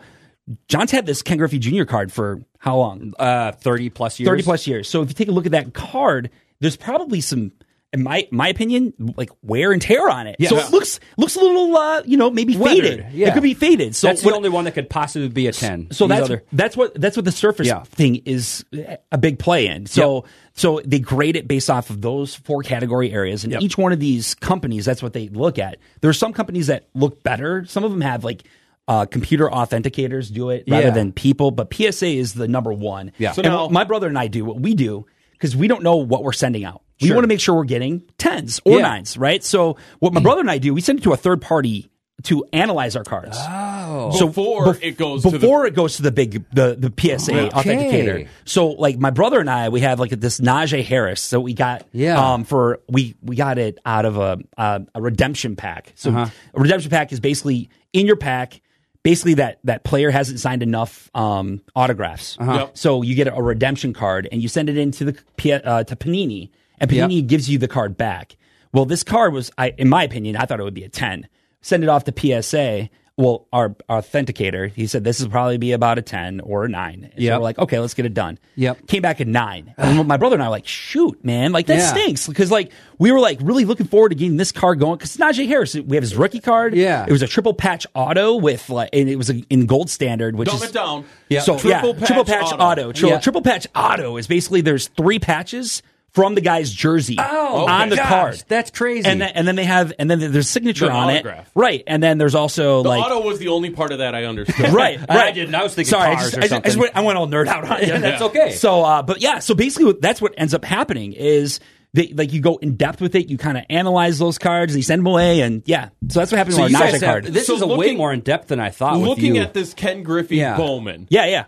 Speaker 8: John's had this Ken Griffey Jr. card for how long?
Speaker 6: Uh, 30 plus years.
Speaker 8: 30 plus years. So if you take a look at that card, there's probably some in my my opinion like wear and tear on it. So
Speaker 6: Yeah.
Speaker 8: it looks looks a little uh, you know, maybe
Speaker 6: Weathered,
Speaker 8: faded.
Speaker 6: yeah.
Speaker 8: It could be faded. So
Speaker 6: that's
Speaker 8: what-
Speaker 6: the only one that could possibly be a 10.
Speaker 8: so
Speaker 6: These
Speaker 8: that's
Speaker 6: other-
Speaker 8: that's what that's what the surface
Speaker 6: Yeah.
Speaker 8: thing is a big play in. So so they grade it based off of those four category areas, and
Speaker 6: Yep.
Speaker 8: each one of these companies that's what they look at. There are some companies that look better. Some of them have like uh, computer authenticators do it
Speaker 6: Yeah.
Speaker 8: rather than people, but PSA is the number one.
Speaker 6: Yeah.
Speaker 8: So
Speaker 6: So
Speaker 3: now-
Speaker 8: my brother and I do what we do because we don't know what we're sending out. We
Speaker 6: Sure.
Speaker 8: want to make sure we're getting tens or
Speaker 6: Yeah. Mm.
Speaker 8: nines, right? So what my brother and I do, we send it to a third party to analyze our cards
Speaker 6: Oh.
Speaker 3: Before
Speaker 8: bef-
Speaker 3: it goes to the-
Speaker 8: before it goes to the big the the PSA authenticator. So like my brother and I, we have like this Najee Harris. So we got
Speaker 6: Yeah.
Speaker 8: um for we we got it out of a a, a redemption pack. So
Speaker 6: Uh-huh.
Speaker 8: a redemption pack is basically in your pack. Basically, that that player hasn't signed enough um, autographs,
Speaker 6: Uh-huh.
Speaker 3: Yep.
Speaker 8: so you get a redemption card and you send it into the P- uh, to Panini, and Panini gives you the card back. Well, this card was, I, in my opinion, I thought it would be a ten. Send it off to PSA. Well, our, our authenticator, he said this would probably be about a ten or a nine. And
Speaker 6: Yep.
Speaker 8: So we're like, okay, let's get it done.
Speaker 6: Yep.
Speaker 8: Came back at nine. And my brother and I were like, shoot, man, like that
Speaker 6: Yeah.
Speaker 8: stinks because like we were like really looking forward to getting this card going because Najee Harris, we have his rookie card.
Speaker 6: Yeah.
Speaker 8: it was a triple patch auto with like, and it was a, in gold standard, which
Speaker 3: Dumb
Speaker 8: is
Speaker 3: it down.
Speaker 8: Yeah, so
Speaker 3: Triple
Speaker 8: yeah,
Speaker 3: patch
Speaker 8: triple patch
Speaker 3: auto.
Speaker 8: auto. Tri-
Speaker 6: Yeah.
Speaker 8: Triple patch auto is basically there's three patches from the guy's jersey on the
Speaker 6: Oh gosh,
Speaker 8: card.
Speaker 6: that's crazy.
Speaker 8: And then, and then they have and then there's signature
Speaker 3: The
Speaker 8: on
Speaker 3: autograph.
Speaker 8: it, right? And then there's also
Speaker 3: The
Speaker 8: like
Speaker 3: auto was the only part of that I understood.
Speaker 8: [laughs] right, right.
Speaker 6: I didn't. I was thinking
Speaker 8: Sorry,
Speaker 6: cars
Speaker 8: I just,
Speaker 6: or
Speaker 8: I just- I just
Speaker 6: something.
Speaker 8: went, I went all nerd out on you.
Speaker 6: that's okay.
Speaker 8: So, uh, but yeah, so basically, what- that's what ends up happening is they like you go in depth with it. You kind of analyze those cards, and you send them away, and yeah. So that's what happened
Speaker 6: So
Speaker 8: with
Speaker 6: you
Speaker 8: our
Speaker 6: guys
Speaker 8: Najee
Speaker 6: have-
Speaker 8: card.
Speaker 6: this
Speaker 3: So
Speaker 6: is a way
Speaker 3: looking-
Speaker 6: more in depth than I thought. with
Speaker 3: Looking
Speaker 6: you.
Speaker 3: at this Ken Griffey
Speaker 6: Yeah.
Speaker 3: Bowman
Speaker 8: yeah, yeah.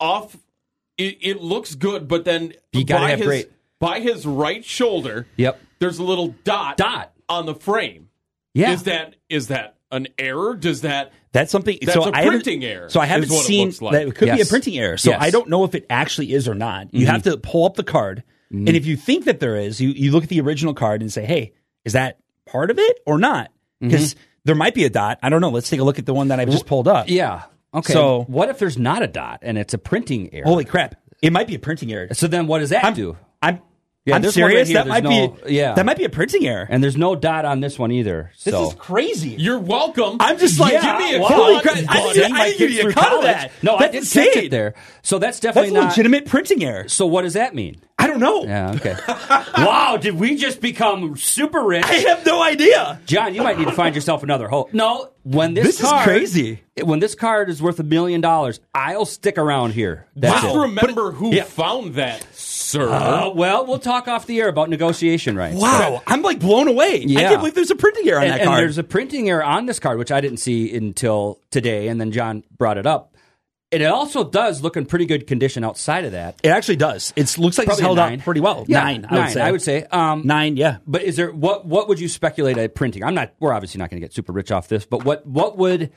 Speaker 3: off, it, it looks good, but then
Speaker 6: You gotta
Speaker 3: by
Speaker 6: have
Speaker 3: his
Speaker 6: great.
Speaker 3: by his right shoulder.
Speaker 6: Yep.
Speaker 3: There's a little dot
Speaker 6: Dot.
Speaker 3: on the frame.
Speaker 6: Yeah.
Speaker 3: Is that is that an error? Does that
Speaker 8: That's something.
Speaker 3: That's
Speaker 8: so
Speaker 3: a
Speaker 8: I haven't-
Speaker 3: printing error,
Speaker 8: So I haven't
Speaker 3: is what it
Speaker 8: seen
Speaker 3: looks like.
Speaker 8: that it could be a
Speaker 6: Yes.
Speaker 8: printing error. So
Speaker 6: Yes. Mm-hmm.
Speaker 8: I don't know if it actually is or not. You have to pull up the card, and if you think that there is, you you look at the original card and say, "Hey, is that part of it or not?"
Speaker 6: Mm-hmm.
Speaker 8: Because there might be a dot. I don't know. Let's take a look at the one that I've just pulled up.
Speaker 6: Yeah. Okay.
Speaker 8: So-
Speaker 6: what if there's not a dot and it's a printing error?
Speaker 8: Holy crap! It might be a printing error.
Speaker 6: So then what does that
Speaker 8: I'm,
Speaker 6: do?
Speaker 8: I'm
Speaker 6: Yeah,
Speaker 8: I'm
Speaker 6: there's one right
Speaker 8: serious.
Speaker 6: here,
Speaker 8: that might
Speaker 6: there's no-
Speaker 8: be
Speaker 6: yeah.
Speaker 8: That might be a printing error.
Speaker 6: And there's no dot on this one either. So
Speaker 8: This is crazy.
Speaker 3: You're welcome.
Speaker 8: I'm just like,
Speaker 6: Yeah,
Speaker 8: give me a
Speaker 6: wow.
Speaker 8: holy
Speaker 6: Holy
Speaker 8: crap.
Speaker 6: crap.
Speaker 8: I didn't, I didn't give you a cut of that.
Speaker 6: No,
Speaker 8: That's
Speaker 6: I did
Speaker 8: insane.
Speaker 6: catch it there. So that's definitely
Speaker 8: That's a
Speaker 6: not
Speaker 8: legitimate printing error.
Speaker 6: So what does that mean?
Speaker 8: I don't know.
Speaker 6: Yeah.
Speaker 8: [laughs]
Speaker 6: Okay. wow. Did we just become super rich?
Speaker 8: I have no idea.
Speaker 6: John, you might need to find yourself another hole. No, when this,
Speaker 8: This is
Speaker 6: card-
Speaker 8: crazy.
Speaker 6: When this card is worth a million dollars, I'll stick around here. That's
Speaker 3: Just
Speaker 6: it.
Speaker 3: remember who
Speaker 6: Yeah.
Speaker 3: found that, sir.
Speaker 6: Uh, well, we'll talk off the air about negotiation rights.
Speaker 8: Wow. I'm like blown away. I
Speaker 6: Yeah.
Speaker 8: can't believe there's a printing error on
Speaker 6: and,
Speaker 8: that
Speaker 6: and
Speaker 8: card.
Speaker 6: there's a printing error on this card, which I didn't see until today, and then John brought it up. And it also does look in pretty good condition outside of that.
Speaker 8: it actually does. It looks like it's
Speaker 6: Probably
Speaker 8: held
Speaker 6: nine.
Speaker 8: out pretty well.
Speaker 6: Yeah,
Speaker 8: nine, I
Speaker 6: nine,
Speaker 8: would say.
Speaker 6: I would say. Um,
Speaker 8: Nine, yeah.
Speaker 6: But is there what what would you speculate a printing? I'm not. We're obviously not going to get super rich off this, but what what would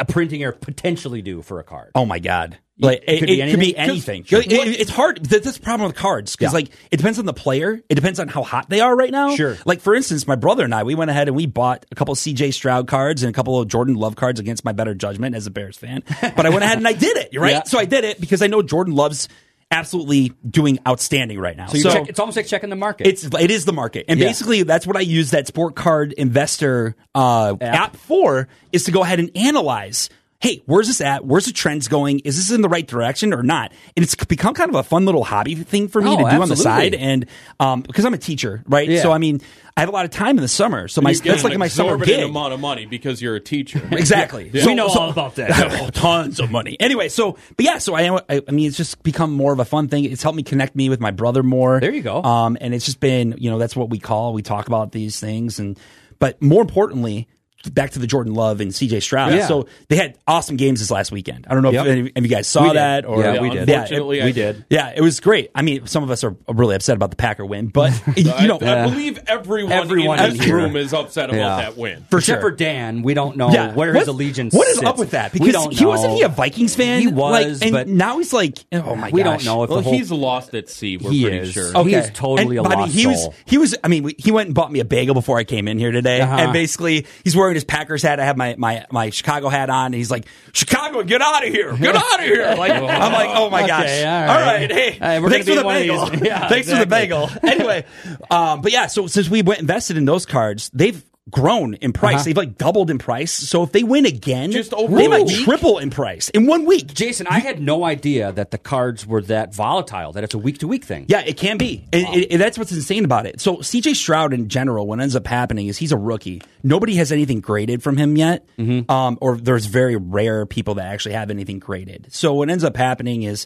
Speaker 6: a printing error potentially do for a card?
Speaker 8: Oh my god! Like it,
Speaker 6: could be
Speaker 8: it could be
Speaker 6: anything?
Speaker 8: anything.
Speaker 6: Sure.
Speaker 8: It- it- it's hard. Th- That's the problem with cards because
Speaker 6: Yeah.
Speaker 8: like it depends on the player. It depends on how hot they are right now.
Speaker 6: Sure.
Speaker 8: Like for instance, my brother and I, we went ahead and we bought a couple C.J. Stroud cards and a couple of Jordan Love cards against my better judgment as a Bears fan. But I went ahead and I did it. [laughs] You're right.
Speaker 6: Yeah.
Speaker 8: So I did it because I know Jordan Love's absolutely doing outstanding right now.
Speaker 6: So, you check, it's almost like checking the market.
Speaker 8: It's it is the market, and
Speaker 6: Yeah.
Speaker 8: basically that's what I use that sport card investor uh, app. for is to go ahead and analyze. Hey, where's this at? Where's the trends going? Is this in the right direction or not? And it's become kind of a fun little hobby thing for me
Speaker 6: Oh,
Speaker 8: to do on the
Speaker 6: absolutely.
Speaker 8: side, and um, because I'm a teacher, right?
Speaker 6: Yeah.
Speaker 8: So I mean, I have a lot of time in the summer, so my
Speaker 3: You get
Speaker 8: that's
Speaker 3: an
Speaker 8: like my summer
Speaker 3: exorbitant
Speaker 8: gig.
Speaker 3: amount of money because you're a teacher.
Speaker 8: [laughs] Exactly.
Speaker 3: Yeah.
Speaker 8: So-
Speaker 3: We know
Speaker 8: so-
Speaker 5: all about that.
Speaker 8: [laughs] Oh, tons of money. Anyway, so but yeah, so I, I I mean it's just become more of a fun thing. It's helped me connect me with my brother more.
Speaker 6: There you go.
Speaker 8: Um, and it's just been you know that's what we call we talk about these things and but more importantly. Back to the Jordan Love and CJ Stroud.
Speaker 6: Yeah.
Speaker 8: So they had awesome games this last weekend. I don't know
Speaker 6: Yep.
Speaker 8: if any, any of you guys saw
Speaker 6: We did.
Speaker 8: that or
Speaker 6: Yeah, we
Speaker 8: it-
Speaker 6: did.
Speaker 3: Unfortunately,
Speaker 8: it,
Speaker 3: I-
Speaker 6: we did.
Speaker 8: yeah, it was great. I mean, some of us are really upset about the Packer
Speaker 6: [laughs]
Speaker 8: win, but
Speaker 3: I,
Speaker 8: you know,
Speaker 3: I believe everyone,
Speaker 6: Everyone
Speaker 3: in
Speaker 6: in
Speaker 3: this
Speaker 6: here.
Speaker 3: room is upset about
Speaker 6: Yeah.
Speaker 3: that win.
Speaker 8: for
Speaker 6: Except
Speaker 8: sure.
Speaker 6: for Dan, we don't know
Speaker 8: Yeah.
Speaker 6: where
Speaker 8: What-
Speaker 6: his allegiance.
Speaker 8: What is up
Speaker 6: sits.
Speaker 8: with that?
Speaker 6: We
Speaker 8: Because
Speaker 6: don't
Speaker 8: he wasn't
Speaker 6: know.
Speaker 8: he a Vikings fan?
Speaker 6: He
Speaker 8: Like,
Speaker 6: was,
Speaker 8: and
Speaker 6: but
Speaker 8: now he's like, oh my
Speaker 6: we
Speaker 8: gosh.
Speaker 6: don't know if
Speaker 3: Well,
Speaker 6: the whole.
Speaker 3: he's lost at sea. We're
Speaker 6: He
Speaker 3: pretty
Speaker 6: is.
Speaker 3: sure.
Speaker 6: Oh, He is totally a
Speaker 8: I mean,
Speaker 6: lost
Speaker 8: he
Speaker 6: soul.
Speaker 8: was. He was. I mean, we- he went and bought me a bagel before I came in here today,
Speaker 6: Uh-huh.
Speaker 8: and basically he's wearing his Packers hat. I have my my my Chicago hat on, and he's like, "Chicago, get out of here! Get out
Speaker 6: [laughs]
Speaker 8: of here!" Like I'm like, "Oh my
Speaker 6: Okay,
Speaker 8: gosh!
Speaker 6: all right.
Speaker 8: hey,
Speaker 6: Hey, we're
Speaker 8: thanks for
Speaker 6: gonna
Speaker 8: the
Speaker 6: be one of
Speaker 8: bagel.
Speaker 6: these. [laughs] Yeah,
Speaker 8: thanks for the
Speaker 6: exactly.
Speaker 8: bagel." Anyway, um, but yeah, so since we went invested in those cards, they've grown in price.
Speaker 6: Uh-huh.
Speaker 8: They've like doubled in price. So if they win again,
Speaker 3: Just over
Speaker 8: they
Speaker 3: a
Speaker 8: might
Speaker 3: week?
Speaker 8: triple in price in one week.
Speaker 6: Jason, I had no idea that the cards were that volatile. That it's a week to week thing.
Speaker 8: Yeah, it can be. And, and- and that's what's insane about it. So CJ Stroud in general, what ends up happening is he's a rookie. Nobody has anything graded from him yet,
Speaker 6: Mm-hmm.
Speaker 8: um, or there's very rare people that actually have anything graded. So what ends up happening is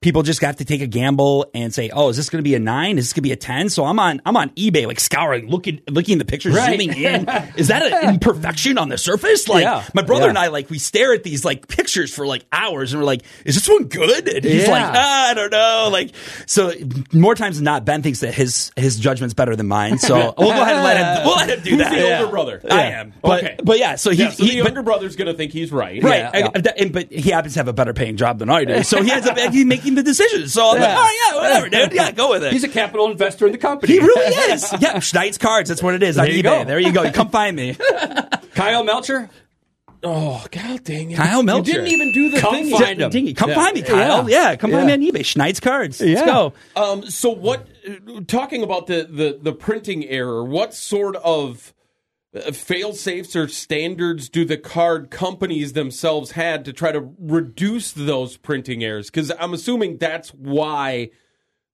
Speaker 8: people just have to take a gamble and say, "Oh, is this going to be a nine? Is this going to be a 10? So I'm on I'm on eBay, like scouring, looking looking at the pictures,
Speaker 6: Right.
Speaker 8: zooming in.
Speaker 6: [laughs]
Speaker 8: is that an imperfection on the surface? Like
Speaker 6: Yeah.
Speaker 8: my brother
Speaker 6: Yeah.
Speaker 8: and I, like we stare at these like pictures for like hours, and we're like, "Is this one good?" And he's
Speaker 6: Yeah.
Speaker 8: like, "Ah, I don't know. Like, so more times than not, Ben thinks that his his judgment's better than mine. So we'll go ahead and let him. We'll let him do
Speaker 3: Who's
Speaker 8: that.
Speaker 3: the older brother?
Speaker 8: I
Speaker 3: Yeah.
Speaker 8: am. But,
Speaker 3: Okay.
Speaker 8: but yeah. So he,
Speaker 3: yeah, so
Speaker 8: he
Speaker 3: the
Speaker 8: but-
Speaker 3: younger brother's going to think he's right.
Speaker 8: Right,
Speaker 6: Yeah,
Speaker 8: and- and- but he happens to have a better paying job than I do, so he ends up actually making the decisions. So I'm like,
Speaker 6: Yeah.
Speaker 8: oh yeah, whatever, dude, yeah, go with it.
Speaker 6: He's a capital investor in the company.
Speaker 8: he really is. Yeah, Schneid's cards, that's what it is. on
Speaker 6: There you
Speaker 8: eBay.
Speaker 6: go.
Speaker 8: There you go. You come find me.
Speaker 6: Kyle Melcher,
Speaker 3: Oh, God dang it.
Speaker 8: Kyle Melcher.
Speaker 3: You didn't even do the
Speaker 6: Come
Speaker 3: thing.
Speaker 6: find
Speaker 3: yet.
Speaker 6: him.
Speaker 8: Ding it. Come
Speaker 6: Yeah.
Speaker 8: find me, Kyle.
Speaker 6: Yeah.
Speaker 8: Yeah, come find
Speaker 6: Yeah.
Speaker 8: me on eBay. Schneid's cards.
Speaker 6: Yeah.
Speaker 8: Let's go.
Speaker 3: Um, so what? Talking about the the the printing error, what sort of uh, fail safes or standards do the card companies themselves had to try to reduce those printing errors? Because I'm assuming that's why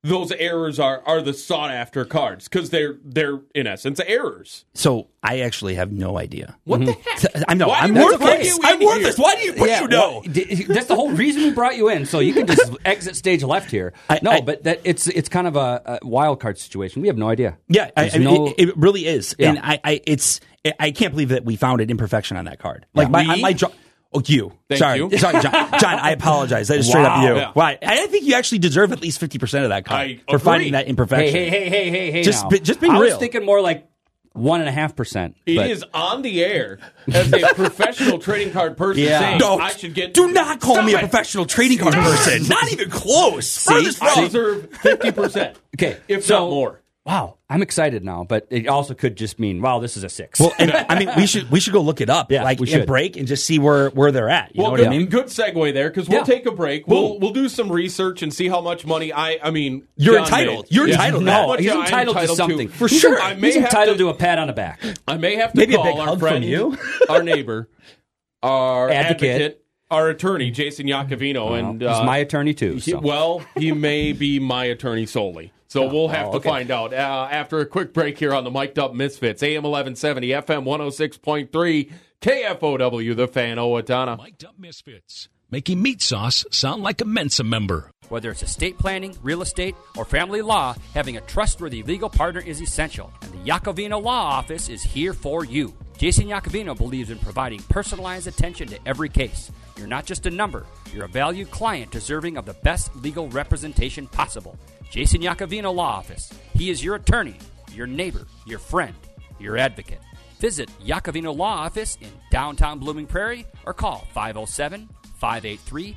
Speaker 3: those errors are are the sought after cards because they're they're in essence errors.
Speaker 8: So I actually have no idea.
Speaker 3: What the heck?
Speaker 8: Mhm. I know.
Speaker 3: Why
Speaker 8: I'm
Speaker 3: did we
Speaker 8: worthless.
Speaker 3: bring you
Speaker 8: I'm
Speaker 3: in
Speaker 8: worthless.
Speaker 3: here?
Speaker 8: Why do you put you know?
Speaker 6: well, d- that's the whole reason we brought you in. So you can
Speaker 8: [laughs]
Speaker 6: just exit stage left here.
Speaker 8: I-
Speaker 6: no,
Speaker 8: I-
Speaker 6: but that it's it's kind of a, a wild card situation. We have no idea.
Speaker 8: Yeah, I,
Speaker 6: There's
Speaker 8: I mean,
Speaker 6: no-
Speaker 8: it, it really is,
Speaker 6: Yeah.
Speaker 8: and I, I, it's, I can't believe that we found an imperfection on that card. Like
Speaker 6: Yeah.
Speaker 8: my,
Speaker 6: We?
Speaker 8: my jo- Oh, you.
Speaker 3: Thank
Speaker 8: sorry,
Speaker 3: you. [laughs]
Speaker 8: sorry, John. John, I apologize. That is straight up
Speaker 6: Wow.
Speaker 8: you.
Speaker 3: Yeah.
Speaker 8: Why? I think you actually deserve at least fifty percent of that card
Speaker 3: I
Speaker 8: for
Speaker 3: agree.
Speaker 8: finding that
Speaker 6: hey,
Speaker 8: imperfection.
Speaker 6: hey, hey, hey, hey, hey.
Speaker 8: Just
Speaker 6: now.
Speaker 8: be- just be
Speaker 6: I was
Speaker 8: real.
Speaker 6: thinking more like one and a half percent.
Speaker 3: It is on the air as a
Speaker 6: [laughs]
Speaker 3: professional trading card person
Speaker 6: Yeah.
Speaker 3: saying
Speaker 8: Don't-
Speaker 3: I should get.
Speaker 8: Do not call
Speaker 3: Stop
Speaker 8: me a
Speaker 3: it.
Speaker 8: professional
Speaker 3: [laughs]
Speaker 8: trading card person. Not even close. Furthest
Speaker 3: I
Speaker 8: from.
Speaker 3: deserve fifty percent.
Speaker 6: Okay,
Speaker 3: if
Speaker 6: so-
Speaker 3: not more.
Speaker 6: wow, I'm excited now. But it also could just mean, wow, this is a six.
Speaker 8: Well, and I mean, we should we should go look it up, like
Speaker 6: we
Speaker 8: and
Speaker 6: should.
Speaker 8: break and just see where where they're at. You
Speaker 3: well,
Speaker 8: know what
Speaker 3: good,
Speaker 8: I mean?
Speaker 3: good segue there because we'll
Speaker 8: Yeah.
Speaker 3: take a break. We'll we'll do some research and see how much money I. I mean,
Speaker 8: You're
Speaker 3: John
Speaker 8: entitled.
Speaker 3: made.
Speaker 8: You're
Speaker 3: Yeah.
Speaker 8: entitled. to
Speaker 3: How
Speaker 8: that.
Speaker 3: much I'm
Speaker 6: For sure.
Speaker 3: I may
Speaker 6: He's
Speaker 3: have
Speaker 6: entitled
Speaker 3: to,
Speaker 6: to, a pat on the back.
Speaker 3: I may have to
Speaker 6: Maybe a
Speaker 3: call
Speaker 6: big
Speaker 3: our
Speaker 6: hug from
Speaker 3: friend,
Speaker 6: you.
Speaker 3: [laughs] our neighbor, our advocate.
Speaker 6: Advocate.
Speaker 3: our attorney, Jason Iacovino, and uh,
Speaker 6: He's my attorney, too.
Speaker 3: he-
Speaker 6: So.
Speaker 3: well, he may be my attorney solely. So we'll have
Speaker 6: oh,
Speaker 3: to
Speaker 6: okay.
Speaker 3: find out uh, after a quick break here on the Mic'd Up Misfits, AM 1170, FM 106.3, KFOW, the fan, Owatonna.
Speaker 7: Misfits. Making meat sauce sound like a Mensa member.
Speaker 12: Whether it's estate planning, real estate, or family law, having a trustworthy legal partner is essential, and the Yakovino Law Office is here for you. Jason Yakovino believes in providing personalized attention to every case. You're not just a number, you're a valued client deserving of the best legal representation possible. Jason Yakovino Law Office. He is your attorney, your neighbor, your friend, your advocate. Visit Yakovino Law Office in downtown Blooming Prairie or call 507 583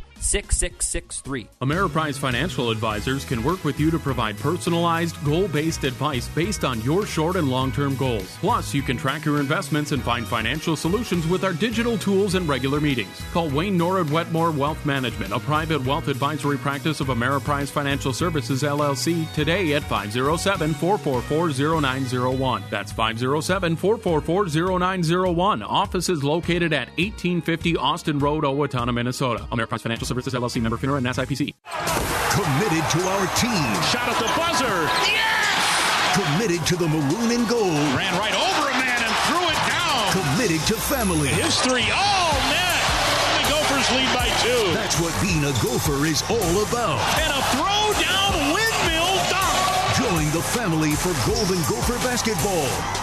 Speaker 12: 6663.
Speaker 11: Ameriprise Financial Advisors can work with you to provide personalized, goal based advice based on your short and long term goals. Plus, you can track your investments and find financial solutions with our digital tools and regular meetings. Call Wayne Norwood Wetmore Wealth Management, a private wealth advisory practice of Ameriprise Financial Services LLC, today at 507 444 0901. That's 507 444 0901. Office is located at 1850 Austin Road, Owatonna, Minnesota. Ameriprise Financial Services LLC member FINRA and SIPC.
Speaker 13: Committed to our team. Shot at the buzzer. Committed to the maroon and gold. Ran right over a man and threw it down. Committed to family. His three. All net. The Gophers lead by two. That's what being a Gopher is all about. And a throw down windmill dunk. Join the family for Golden Gopher basketball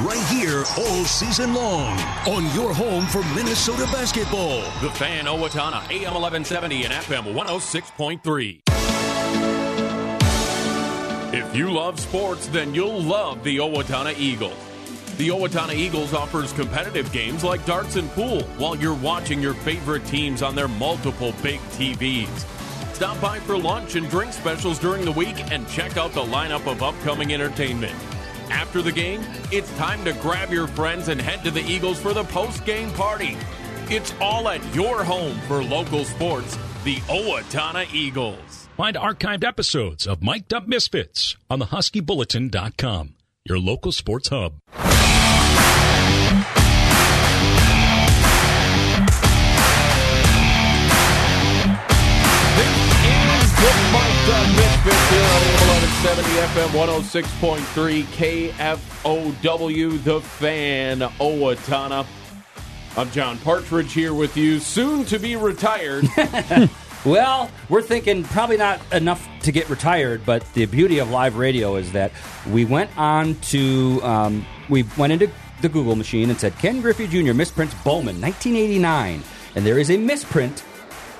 Speaker 13: right here all season long on your home for Minnesota basketball.
Speaker 3: The Fan Owatonna, AM 1170 and FM 106.3. If you love sports, then you'll love the Owatonna Eagles. The Owatonna Eagles offers competitive games like darts and pool while you're watching your favorite teams on their multiple big TVs. Stop by for lunch and drink specials during the week and check out the lineup of upcoming entertainment. After the game, it's time to grab your friends and head to the Eagles for the post game party. It's all at your home for local sports, the Owatonna Eagles.
Speaker 7: Find archived episodes of Mic'd Up Misfits on the HuskyBulletin.com, your local sports hub.
Speaker 3: Get mic'd up, Misfits here on 1170 FM 106.3 KFOW, The Fan, Owatonna. I'm John Partridge here with you, soon to be retired.
Speaker 6: Well, we're thinking probably not enough to get retired, but the beauty of live radio is that we went on to um, we went into the Google machine and said Ken Griffey Jr. misprints Bowman 1989, and there is a misprint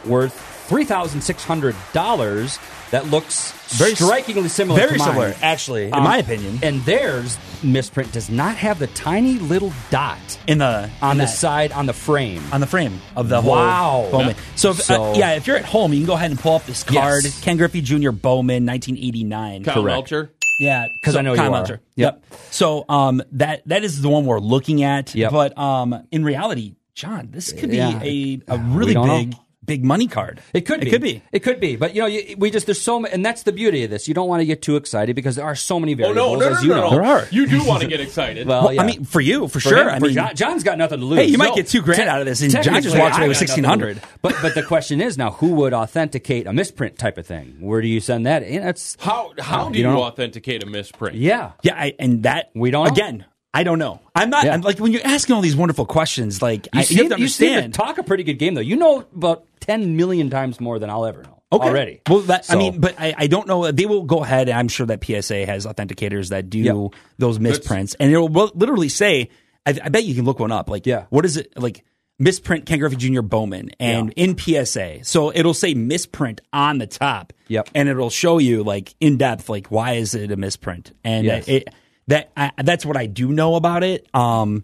Speaker 6: worth three thousand six hundred dollars that looks very
Speaker 8: Very s-
Speaker 6: strikingly similar.
Speaker 8: very
Speaker 6: to mine. Um,
Speaker 8: similar, actually, in my opinion.
Speaker 6: And theirs misprint does not have the tiny little dot
Speaker 8: in the
Speaker 6: on
Speaker 8: in
Speaker 6: the
Speaker 8: that-
Speaker 6: side on the frame
Speaker 8: on the frame of the whole
Speaker 6: Wow.
Speaker 8: Bowman.
Speaker 6: Yeah.
Speaker 8: So, if, uh,
Speaker 6: So-
Speaker 8: yeah, if you're at home, you can go ahead and pull up this card:
Speaker 6: Yes.
Speaker 8: Ken Griffey Jr. Bowman, 1989.
Speaker 3: Kyle Melcher.
Speaker 8: Yeah,
Speaker 6: because I know
Speaker 8: Kyle
Speaker 6: you are.
Speaker 8: Melcher. Yep. So um, that that is the one we're looking at.
Speaker 6: Yep.
Speaker 8: But um, in reality, John, this could be
Speaker 6: Yeah.
Speaker 8: a, a really
Speaker 6: don't know.
Speaker 8: big big money card.
Speaker 6: It could
Speaker 8: It
Speaker 6: be.
Speaker 8: could be.
Speaker 6: It could be. But you know, you, we just there's so ma- and that's the beauty of this. You don't want to get too excited because there are so many
Speaker 3: Oh,
Speaker 6: variables.
Speaker 3: no, no, no,
Speaker 6: as you
Speaker 3: no, no.
Speaker 6: know.
Speaker 3: You do
Speaker 6: [laughs]
Speaker 3: want to get excited.
Speaker 6: Well, Oh, yeah.
Speaker 8: I mean, for you, for,
Speaker 6: For
Speaker 8: sure.
Speaker 6: him,
Speaker 8: I
Speaker 6: for
Speaker 8: mean,
Speaker 6: John, John's got nothing to lose.
Speaker 8: Hey, you might
Speaker 6: No.
Speaker 8: get two grand
Speaker 6: Te-
Speaker 8: out of this, and John just
Speaker 6: technically,
Speaker 8: walked away
Speaker 6: I
Speaker 8: with
Speaker 6: got nothing to
Speaker 8: 1,600.
Speaker 6: lose. But but the question is now, who would authenticate a misprint type of thing? Where do you send that? in? that's
Speaker 3: How how
Speaker 6: Uh,
Speaker 3: do
Speaker 6: you
Speaker 3: you,
Speaker 6: don't-
Speaker 3: authenticate a misprint?
Speaker 6: yeah.
Speaker 8: Yeah, I, and that
Speaker 6: We don't know.
Speaker 8: again. I don't know. I'm not
Speaker 6: Yeah.
Speaker 8: I'm like when you're asking all these wonderful questions. Like
Speaker 6: You,
Speaker 8: I,
Speaker 6: seem,
Speaker 8: you have to
Speaker 6: you seem to
Speaker 8: understand.
Speaker 6: talk a pretty good game though. You know about ten million times more than I'll ever know
Speaker 8: Okay.
Speaker 6: already.
Speaker 8: Well, that, I
Speaker 6: So-
Speaker 8: mean, but I, I don't know. They will go ahead, and I'm sure that PSA has authenticators that do
Speaker 6: Yep.
Speaker 8: those misprints, and it will will literally say, I, "I bet you can look one up." Like, yeah, what is it like? Misprint Ken Griffey Jr. Bowman and in PSA, so it'll say misprint on the top.
Speaker 6: Yep.
Speaker 8: and it'll show you like in depth, like why is it a misprint, and
Speaker 6: Yes.
Speaker 8: it that I, that's what I do know about it. Um,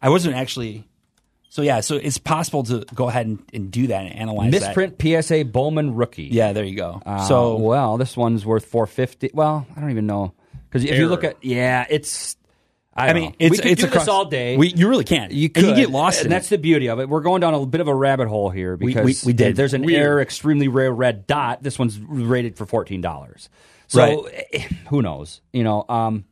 Speaker 8: I wasn't actually. So yeah, so it's possible to go ahead and, and do that and analyze that.
Speaker 6: misprint PSA Bowman rookie.
Speaker 8: Yeah, there you go.
Speaker 6: Uh,
Speaker 8: so
Speaker 6: well, this one's worth four fifty. Well, I don't even know. Because if you look
Speaker 8: Error.
Speaker 6: at, yeah, it's. I,
Speaker 8: I
Speaker 6: don't
Speaker 8: mean,
Speaker 6: know.
Speaker 8: it's-
Speaker 6: we could
Speaker 8: it's
Speaker 6: do
Speaker 8: across-
Speaker 6: this all day.
Speaker 8: We- you really can't.
Speaker 6: You
Speaker 8: And
Speaker 6: could
Speaker 8: you get lost
Speaker 6: and
Speaker 8: in
Speaker 6: that's the beauty of it. We're going down a bit of a rabbit hole here
Speaker 8: We-
Speaker 6: because
Speaker 8: we- we did.
Speaker 6: There's an
Speaker 8: Weird.
Speaker 6: error, extremely rare red dot. This one's rated for fourteen dollars. So eh, who knows? You know, um,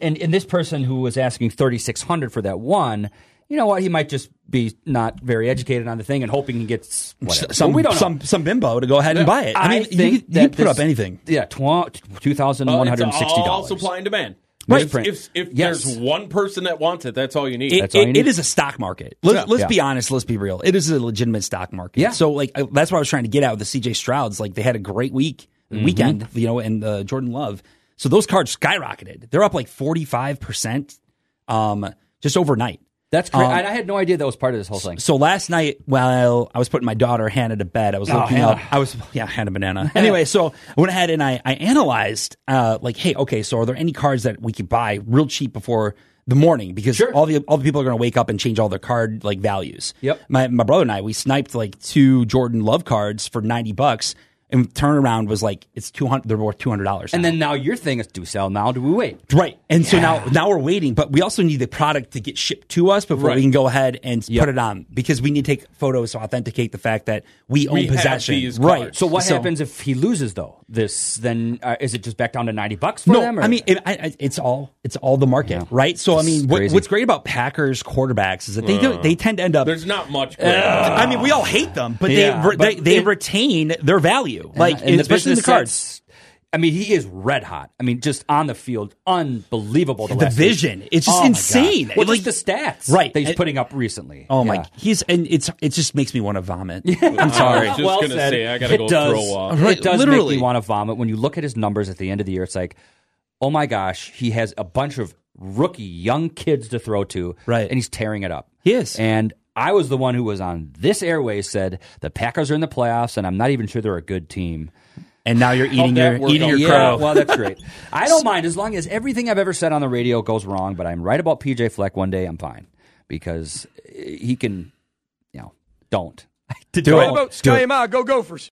Speaker 6: and and this person who was asking thirty six hundred for that one, you know what? He might just be not very educated on the thing and hoping he gets whatever.
Speaker 8: some
Speaker 6: Well, we don't know.
Speaker 8: some some bimbo to go ahead and buy it. I, mean, you,
Speaker 6: think
Speaker 8: could- you
Speaker 6: that
Speaker 8: could put
Speaker 6: this-
Speaker 8: up anything.
Speaker 6: Yeah, tw- two thousand one hundred and sixty
Speaker 3: all
Speaker 6: dollars.
Speaker 3: Oh, supply and demand.
Speaker 6: Right.
Speaker 3: If, if, if
Speaker 6: Yes.
Speaker 3: there's one person that wants it, that's all you need.
Speaker 8: It- it- it is a stock market. Let's,
Speaker 3: Yeah.
Speaker 8: let's
Speaker 3: Yeah.
Speaker 8: be honest. Let's be real. It is a legitimate stock market.
Speaker 3: Yeah.
Speaker 8: So like I- that's what I was trying to get at with the CJ Strouds. Like they had a great week
Speaker 6: Mhm.
Speaker 8: weekend, you know, and uh, Jordan Love. So those cards skyrocketed. They're up like forty five percent, um, just overnight.
Speaker 6: That's crazy. and I had no idea that was part of this whole thing.
Speaker 8: Um, So last night, while I was putting my daughter Hannah to bed, I was
Speaker 6: Oh,
Speaker 8: looking
Speaker 6: Hannah.
Speaker 8: up. I was yeah, Hannah Banana.
Speaker 6: [laughs]
Speaker 8: anyway, so I went ahead and I, I analyzed uh, like, hey, okay, so are there any cards that we could buy real cheap before the morning because all the all the people are going to wake up and change all their card like values. Yep. My my brother and I we sniped like two Jordan Love cards for ninety bucks, and turnaround was like it's two hundred. They're worth two hundred dollars.
Speaker 6: And then now your thing is do sell now? Do we wait?
Speaker 8: Right. And so now now we're waiting, but we also need the product to get shipped to us before
Speaker 6: Right.
Speaker 8: we can go ahead and put it on because we need to take photos to authenticate the fact that we own
Speaker 6: We have
Speaker 8: possession.
Speaker 6: these
Speaker 8: right.
Speaker 6: cards. So what happens if he loses though? This then uh, is it just back down to ninety bucks for
Speaker 8: no,
Speaker 6: them? Or?
Speaker 8: I mean, it, I, I- it's all it's all the market, right? So I mean, what,
Speaker 6: crazy.
Speaker 8: what's great about Packers quarterbacks is that they do,
Speaker 6: Uh.
Speaker 8: they tend to end up.
Speaker 3: There's not much.
Speaker 8: Uh, I mean, we all hate them, but
Speaker 6: Yeah,
Speaker 8: they re-
Speaker 6: but
Speaker 8: they, they
Speaker 6: it-
Speaker 8: retain their value, like
Speaker 6: and the
Speaker 8: especially in
Speaker 6: business
Speaker 8: the cards.
Speaker 6: sense, I mean, he is red hot. I mean, just on the field, unbelievable. The,
Speaker 8: The
Speaker 6: last week.
Speaker 8: vision. It's just
Speaker 6: Oh my God.
Speaker 8: insane.
Speaker 6: Well,
Speaker 8: Like-
Speaker 6: just the stats,
Speaker 8: Right.
Speaker 6: That he's
Speaker 8: And-
Speaker 6: putting up recently.
Speaker 8: Oh my!
Speaker 6: Yeah.
Speaker 8: He's and it's it just makes me want to [laughs] vomit.
Speaker 6: I [laughs]
Speaker 8: I'm
Speaker 6: was
Speaker 8: sorry.
Speaker 6: just Well gonna said. say, I gotta It go does- throw up.
Speaker 8: Right,
Speaker 6: it does
Speaker 8: literally.
Speaker 6: make me want to vomit when you look at his numbers at the end of the year. It's like, oh my gosh, he has a bunch of rookie young kids to throw to, right? And he's tearing it up.
Speaker 8: Yes.
Speaker 6: And I was the one who was on this airway said the Packers are in the playoffs, and I'm not even sure they're a good team.
Speaker 8: And now you're eating
Speaker 6: that
Speaker 8: your-
Speaker 6: worked
Speaker 8: eating
Speaker 6: out.
Speaker 8: your
Speaker 6: Yeah,
Speaker 8: crow.
Speaker 6: well,
Speaker 8: [laughs]
Speaker 6: that's great. I don't mind as long as everything I've ever said on the radio goes wrong. But I'm right about PJ Fleck one day. I'm fine because eh, he can, you know, don't. [laughs]
Speaker 14: Do
Speaker 6: Don't.
Speaker 14: it. About
Speaker 6: Do it.
Speaker 14: Sky and I, go Gophers.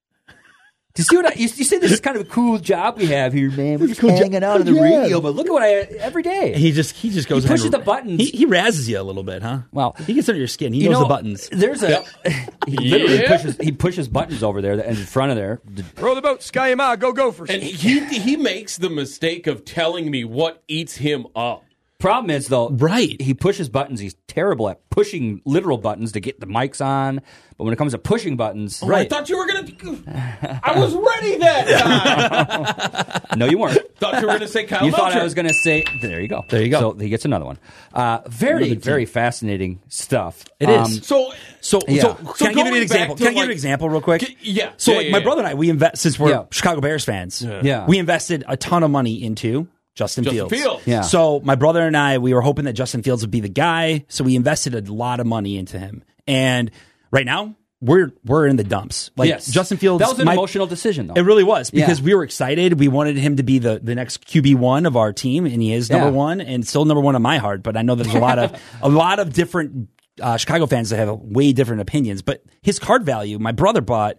Speaker 6: Do you see what I, you, you say? This is kind of a cool job we have here, man. We're just hanging out on the
Speaker 8: Cool job.
Speaker 6: radio, but look at what I every day.
Speaker 8: He just he just goes
Speaker 6: He
Speaker 8: ahead
Speaker 6: pushes
Speaker 8: and-
Speaker 6: the buttons.
Speaker 8: He, he razzes you a little bit, huh?
Speaker 6: Well,
Speaker 8: he gets under your skin. He
Speaker 6: You
Speaker 8: knows
Speaker 6: know,
Speaker 8: the buttons.
Speaker 6: There's a [laughs] he literally
Speaker 14: Yeah.
Speaker 6: pushes he pushes buttons over there and in front of there.
Speaker 14: Row the boat, Sky and I, go Gophers.
Speaker 3: And he he makes the mistake of telling me what eats him up.
Speaker 6: Problem is though, right? He pushes buttons. He's terrible at pushing literal buttons to get the mics on, but when it comes to pushing
Speaker 8: Oh,
Speaker 6: buttons,
Speaker 3: I thought you were gonna. I was ready
Speaker 6: [laughs]
Speaker 3: that time.
Speaker 6: No, you
Speaker 8: [laughs]
Speaker 6: weren't.
Speaker 3: Thought you were gonna say Kyle
Speaker 6: You thought I
Speaker 3: Melcher.
Speaker 6: was going to say. There you go. There you go. So he gets another one. Uh, very,
Speaker 8: Another team.
Speaker 6: very fascinating stuff. Um,
Speaker 8: It is. So- so,
Speaker 6: yeah.
Speaker 8: so, can I give you an example? Can I give you an example real quick?
Speaker 3: yeah.
Speaker 8: So
Speaker 3: Yeah,
Speaker 8: like
Speaker 3: yeah,
Speaker 8: my
Speaker 3: yeah.
Speaker 8: brother and I, we invest since we're
Speaker 6: Yeah.
Speaker 8: Chicago Bears fans.
Speaker 6: Yeah. Yeah.
Speaker 8: we invested a ton of money into Justin,
Speaker 6: Justin
Speaker 8: Fields.
Speaker 6: Fields. Yeah.
Speaker 8: So my brother and I, we were hoping that Justin Fields would be the guy. So we invested a lot of money into him, and right now we're we're in the dumps. Like
Speaker 6: Yes.
Speaker 8: Justin Fields,
Speaker 6: That was an
Speaker 8: my-
Speaker 6: emotional decision, though.
Speaker 8: It really was because
Speaker 6: Yeah.
Speaker 8: we were excited. We wanted him to be the, the next QB one of our team, and he is number
Speaker 6: Yeah.
Speaker 8: one and still number one in my heart. But I know there's a
Speaker 6: [laughs]
Speaker 8: lot of a lot of different uh, Chicago fans that have way different opinions. But his card value, my brother bought.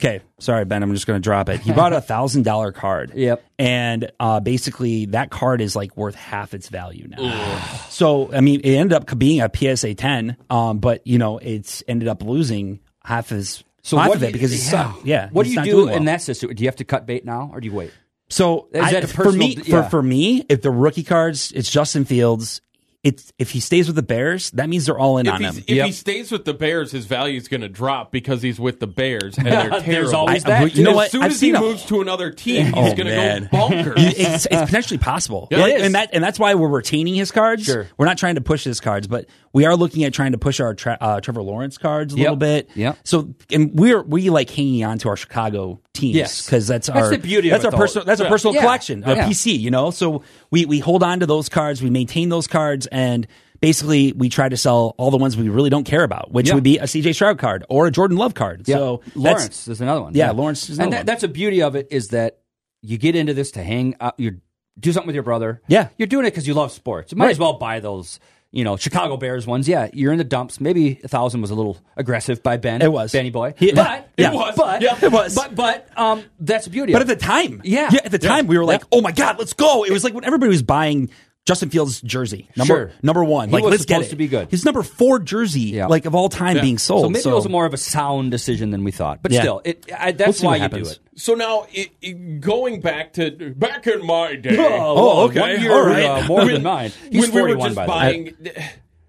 Speaker 8: Okay, sorry Ben, I'm just going to drop it. He
Speaker 6: [laughs]
Speaker 8: bought a thousand dollar card. Yep, and uh, basically that card is like worth half its value now. [sighs] So I mean, it ended up being a PSA 10, um, but you know, it's ended up losing half his
Speaker 6: So
Speaker 8: half
Speaker 6: what
Speaker 8: of
Speaker 6: do
Speaker 8: it
Speaker 6: you-
Speaker 8: because he
Speaker 6: yeah.
Speaker 8: sucked. Yeah,
Speaker 6: What do
Speaker 8: he's
Speaker 6: you
Speaker 8: not
Speaker 6: do
Speaker 8: doing well.
Speaker 6: in that situation? Do you have to cut bait now, or do you wait?
Speaker 8: So
Speaker 6: Is
Speaker 8: I-
Speaker 6: that a
Speaker 8: for me,
Speaker 6: personal-
Speaker 8: for,
Speaker 6: yeah.
Speaker 8: for me, if the rookie cards, it's Justin Fields. It's if he stays with the Bears, that means they're all in
Speaker 3: If,
Speaker 8: on
Speaker 3: he's-
Speaker 8: him.
Speaker 3: if he stays with the Bears, his value is going to drop because he's with the Bears and they're
Speaker 8: [laughs] There's
Speaker 3: terrible.
Speaker 8: always I- that, you too. know
Speaker 3: as
Speaker 8: what?
Speaker 3: soon
Speaker 8: I've
Speaker 3: as he
Speaker 8: seen a-
Speaker 3: moves to another
Speaker 8: [laughs]
Speaker 3: team,
Speaker 8: Oh,
Speaker 3: he's going to
Speaker 8: man.
Speaker 3: go bonkers.
Speaker 8: it's, it's potentially possible,
Speaker 3: Yeah, it
Speaker 8: Like,
Speaker 3: is.
Speaker 8: and that and that's why we're retaining his cards. Sure. We're not trying to push his cards, but we are looking at trying to push our tra- uh, Trevor Lawrence cards a little bit. Yeah. So and we're we like hanging on to our Chicago teams
Speaker 6: Yes.
Speaker 8: because that's
Speaker 6: That's
Speaker 8: our
Speaker 6: the beauty of
Speaker 8: that's
Speaker 6: it,
Speaker 8: our
Speaker 6: though.
Speaker 8: personal that's our
Speaker 6: Yeah.
Speaker 8: personal
Speaker 6: Yeah.
Speaker 8: collection, our
Speaker 6: Yeah.
Speaker 8: PC. You know, so we we hold on to those cards, we maintain those cards, and. Basically, we try to sell all the ones we really don't care about, which
Speaker 6: Yeah.
Speaker 8: would be a CJ Stroud card or a Jordan Love card.
Speaker 6: Yeah.
Speaker 8: So that's-
Speaker 6: Lawrence is another one.
Speaker 8: Yeah, Lawrence is another
Speaker 6: and that,
Speaker 8: one.
Speaker 6: that's the beauty of it is that you get into this to hang out. You do something with your brother.
Speaker 8: Yeah,
Speaker 6: you're doing it because you love sports. You might
Speaker 8: Right.
Speaker 6: as well buy those you know, Chicago Bears ones. Yeah, you're in the dumps. Maybe a thousand was a little aggressive by Ben.
Speaker 8: It was.
Speaker 6: Benny boy.
Speaker 8: He-
Speaker 6: but
Speaker 8: [laughs] Yeah.
Speaker 6: it was. But
Speaker 8: But- it was.
Speaker 6: But but um, that's the beauty.
Speaker 8: But
Speaker 6: of
Speaker 8: at the
Speaker 6: it.
Speaker 8: time,
Speaker 6: yeah,
Speaker 8: at the time we were like, oh my god, let's go. It was like when everybody was buying Justin Fields jersey, number
Speaker 6: Sure.
Speaker 8: number one.
Speaker 6: He
Speaker 8: like
Speaker 6: was
Speaker 8: let's get
Speaker 6: supposed
Speaker 8: it.
Speaker 6: to be good.
Speaker 8: His number four jersey, like of all time,
Speaker 6: Yeah.
Speaker 8: being sold.
Speaker 6: So maybe it was more of a sound decision than we thought. But
Speaker 8: Yeah.
Speaker 6: still, it I,
Speaker 8: We'll
Speaker 6: that's
Speaker 8: see what
Speaker 6: why you do
Speaker 8: happens.
Speaker 6: it.
Speaker 3: So now, it, it- going back to back in my day.
Speaker 6: [laughs]
Speaker 3: [laughs]
Speaker 6: Oh, well, one year, uh, more
Speaker 3: When-
Speaker 6: than mine. He's
Speaker 3: when we were
Speaker 6: 41,
Speaker 3: just
Speaker 6: by the way.
Speaker 3: buying,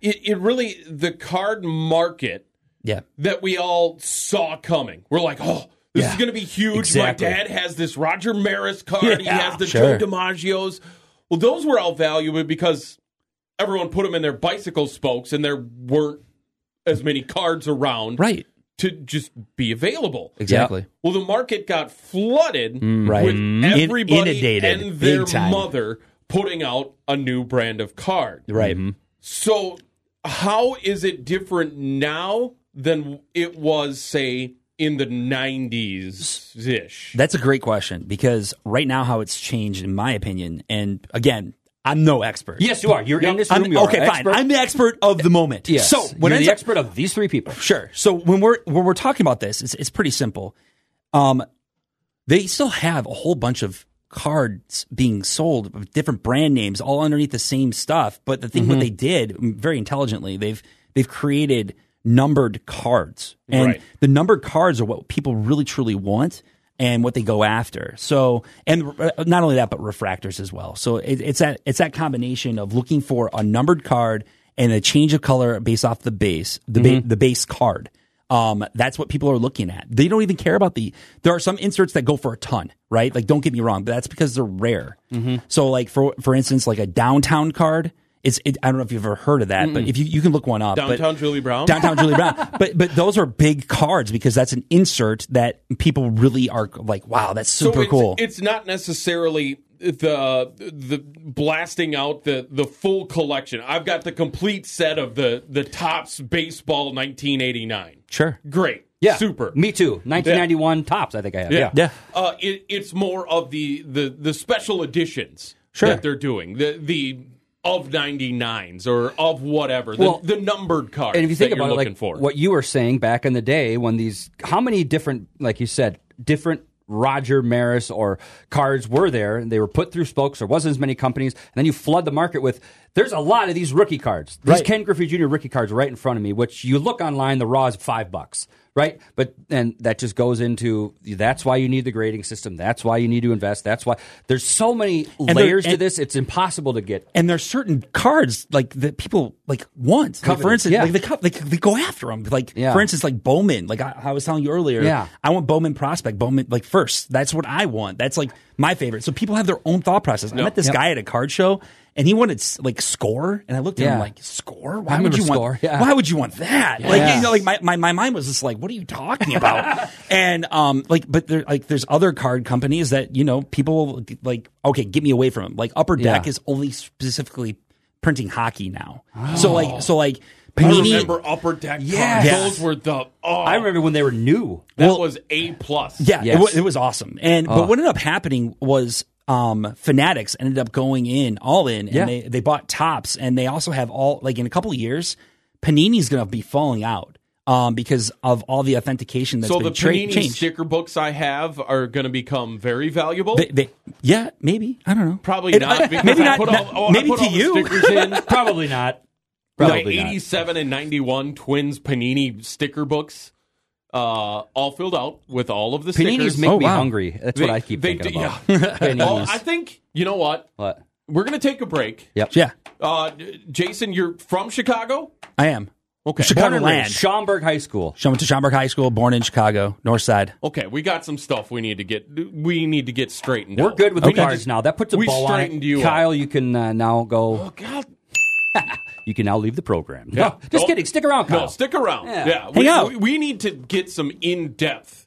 Speaker 3: it, it really the card market
Speaker 8: yeah.
Speaker 3: that we all saw coming. We're like, oh, this is going to be huge.
Speaker 6: Exactly.
Speaker 3: My dad has this Roger Maris card. he
Speaker 6: Yeah,
Speaker 3: has the
Speaker 6: sure.
Speaker 3: Joe DiMaggio's. Well, those were all valuable because everyone put them in their bicycle spokes, and there weren't as many cards around,
Speaker 8: right?
Speaker 3: To just be available.
Speaker 8: Exactly. Yep.
Speaker 3: Well, the market got flooded
Speaker 6: Mm-hmm.
Speaker 8: Mm, right. In-
Speaker 3: with everybody
Speaker 8: inundated,
Speaker 3: and their
Speaker 8: big time.
Speaker 3: mother putting out a new brand of card.
Speaker 8: right.
Speaker 3: So, how is it different now than it was, say, in the 90s ish?
Speaker 8: That's a great question because right now, how it's changed, in my opinion, and again, I'm no expert.
Speaker 6: Yes, you are. You're in this room.
Speaker 8: I'm-
Speaker 6: you are
Speaker 8: okay,
Speaker 6: an
Speaker 8: fine.
Speaker 6: expert.
Speaker 8: I'm the expert of the moment.
Speaker 6: Yes.
Speaker 8: So when
Speaker 6: You're
Speaker 8: I
Speaker 6: the
Speaker 8: sa-
Speaker 6: expert of these three people,
Speaker 8: Sure. So when we're when we're talking about this, it's it's pretty simple. Um, they still have a whole bunch of cards being sold of different brand names, all underneath the same stuff. But the thing what
Speaker 15: Mhm.
Speaker 8: they did mm, very intelligently, they've they've created numbered cards, and
Speaker 15: Right.
Speaker 8: the numbered cards are what people really truly want and what they go after. So, and uh, not only that, but refractors as well. So it, it's that it's that combination of looking for a numbered card and a change of color based off the base, the
Speaker 3: Mm-hmm.
Speaker 8: ba- the base card. Um, that's what people are looking at. They don't even care about the. There are some inserts that go for a ton, right? Like, don't get me wrong, but that's because they're rare.
Speaker 3: Mm-hmm.
Speaker 8: So, like for for instance, like a downtown card. It's it, I don't know if you've ever heard of that, but
Speaker 3: Mm-mm.
Speaker 8: if you you can look one up. but-
Speaker 3: Downtown Julie Brown?
Speaker 8: Downtown
Speaker 3: [laughs]
Speaker 8: Julie Brown. But but those are big cards because that's an insert that people really are like, wow, that's super
Speaker 3: it's,
Speaker 8: cool.
Speaker 3: It's not necessarily the the blasting out the the full collection. I've got the complete set of the the tops baseball 1989.
Speaker 8: Sure.
Speaker 3: Great.
Speaker 6: Yeah.
Speaker 3: Super.
Speaker 6: Me too. 1991 tops. I think I have. Yeah.
Speaker 3: Uh, it, it's more of the, the, the special editions
Speaker 6: Sure.
Speaker 3: that they're doing. The the of 99s or of whatever. The,
Speaker 6: Well,
Speaker 3: the numbered cards
Speaker 6: And if you think
Speaker 3: that
Speaker 6: about
Speaker 3: you're
Speaker 6: it,
Speaker 3: looking
Speaker 6: like
Speaker 3: for.
Speaker 6: what you were saying back in the day when these, how many different, like you said, different Roger Maris or cards were there, and they were put through spokes. There wasn't as many companies, and then you flood the market with. There's a lot of these rookie cards. These
Speaker 8: Right.
Speaker 6: Ken Griffey Jr. rookie cards right in front of me, which you look online, the raw is five bucks, right? But and that just goes into that's why you need the grading system. That's why you need to invest. That's why there's so many
Speaker 8: And there-
Speaker 6: layers to
Speaker 8: and-
Speaker 6: this. It's impossible to get
Speaker 8: and there's certain cards like that people like want. Like, for
Speaker 6: Coveted,
Speaker 8: instance,
Speaker 6: yeah.
Speaker 8: like the cup, like they go after them. Like
Speaker 6: Yeah.
Speaker 8: for instance, like Bowman. Like I, I was telling you earlier,
Speaker 6: Yeah.
Speaker 8: I want Bowman prospect Bowman like first. That's what I want. That's like my favorite. So people have their own thought process. I
Speaker 6: Yep.
Speaker 8: met this
Speaker 6: Yep.
Speaker 8: guy at a card show, and he wanted like score, and I looked at him
Speaker 6: Yeah.
Speaker 8: like
Speaker 6: I
Speaker 8: score. Why would
Speaker 6: remember
Speaker 8: you
Speaker 6: score,
Speaker 8: want?
Speaker 6: yeah.
Speaker 8: Why would you want that?
Speaker 6: Yeah.
Speaker 8: Like you know, like my, my, my mind was just like, what are you
Speaker 3: [laughs]
Speaker 8: talking about? and um, like, but there like there's other card companies that you know people like. Okay, get me away from them. Like Upper Deck
Speaker 6: Yeah.
Speaker 8: is only specifically printing hockey now. So like, so like
Speaker 3: Oh. I
Speaker 8: Panini.
Speaker 3: remember upper deck
Speaker 8: Yes.
Speaker 3: cards.
Speaker 8: Yes.
Speaker 3: Those were the oh,
Speaker 6: I remember when they were new.
Speaker 3: that was A plus.
Speaker 8: Yeah, it,
Speaker 6: Yes.
Speaker 8: was, it was awesome. And
Speaker 6: Oh.
Speaker 8: but what ended up happening was um Fanatics ended up going in all in, and
Speaker 6: Yeah.
Speaker 8: they they bought tops, and they also have all like in a couple of years, Panini's going to be falling out um because of all the authentication that's
Speaker 3: so
Speaker 8: been
Speaker 3: the
Speaker 8: tra-
Speaker 3: Panini
Speaker 8: changed.
Speaker 3: sticker books I have are going to become very valuable.
Speaker 8: They- they- yeah, maybe I don't know.
Speaker 3: Probably
Speaker 8: It-
Speaker 3: not. Because
Speaker 8: maybe
Speaker 3: I
Speaker 8: not.
Speaker 3: Put all, oh, I
Speaker 8: maybe
Speaker 3: put
Speaker 8: to
Speaker 3: all the
Speaker 8: you.
Speaker 3: stickers in.
Speaker 6: [laughs] Probably not.
Speaker 3: my 87 and 91 Twins Panini sticker books, uh, all filled out with all of the stickers. Oh,
Speaker 6: Paninis make me hungry. That's what I keep thinking
Speaker 3: do-
Speaker 6: about.
Speaker 3: Yeah. well,
Speaker 6: [laughs] Paninis.
Speaker 3: I think you know what.
Speaker 6: What?
Speaker 3: We're gonna take a break.
Speaker 6: Yep.
Speaker 8: Yeah,
Speaker 3: Uh, Jason, you're from Chicago.
Speaker 8: I am.
Speaker 3: Okay,
Speaker 8: Chicago land.
Speaker 6: Schaumburg High School.
Speaker 8: Sh- went to Schaumburg High School, born in Chicago, North Side.
Speaker 3: Okay, we got some stuff we need to get. We need to get straightened.
Speaker 6: We're
Speaker 3: out.
Speaker 6: good with
Speaker 3: We
Speaker 6: the
Speaker 3: need to-
Speaker 6: cards now. That puts a
Speaker 3: we
Speaker 6: bow on
Speaker 3: straightened
Speaker 6: it.
Speaker 3: you. out.
Speaker 6: Kyle, you can uh, now go. Oh
Speaker 3: God.
Speaker 6: [laughs] you can now leave the program.
Speaker 3: Yeah.
Speaker 6: No, just
Speaker 3: No.
Speaker 6: kidding. Stick around, Kyle.
Speaker 3: No, stick around.
Speaker 6: Yeah.
Speaker 3: Yeah,
Speaker 6: Hang
Speaker 3: we,
Speaker 6: out.
Speaker 3: We, we need to get some in-depth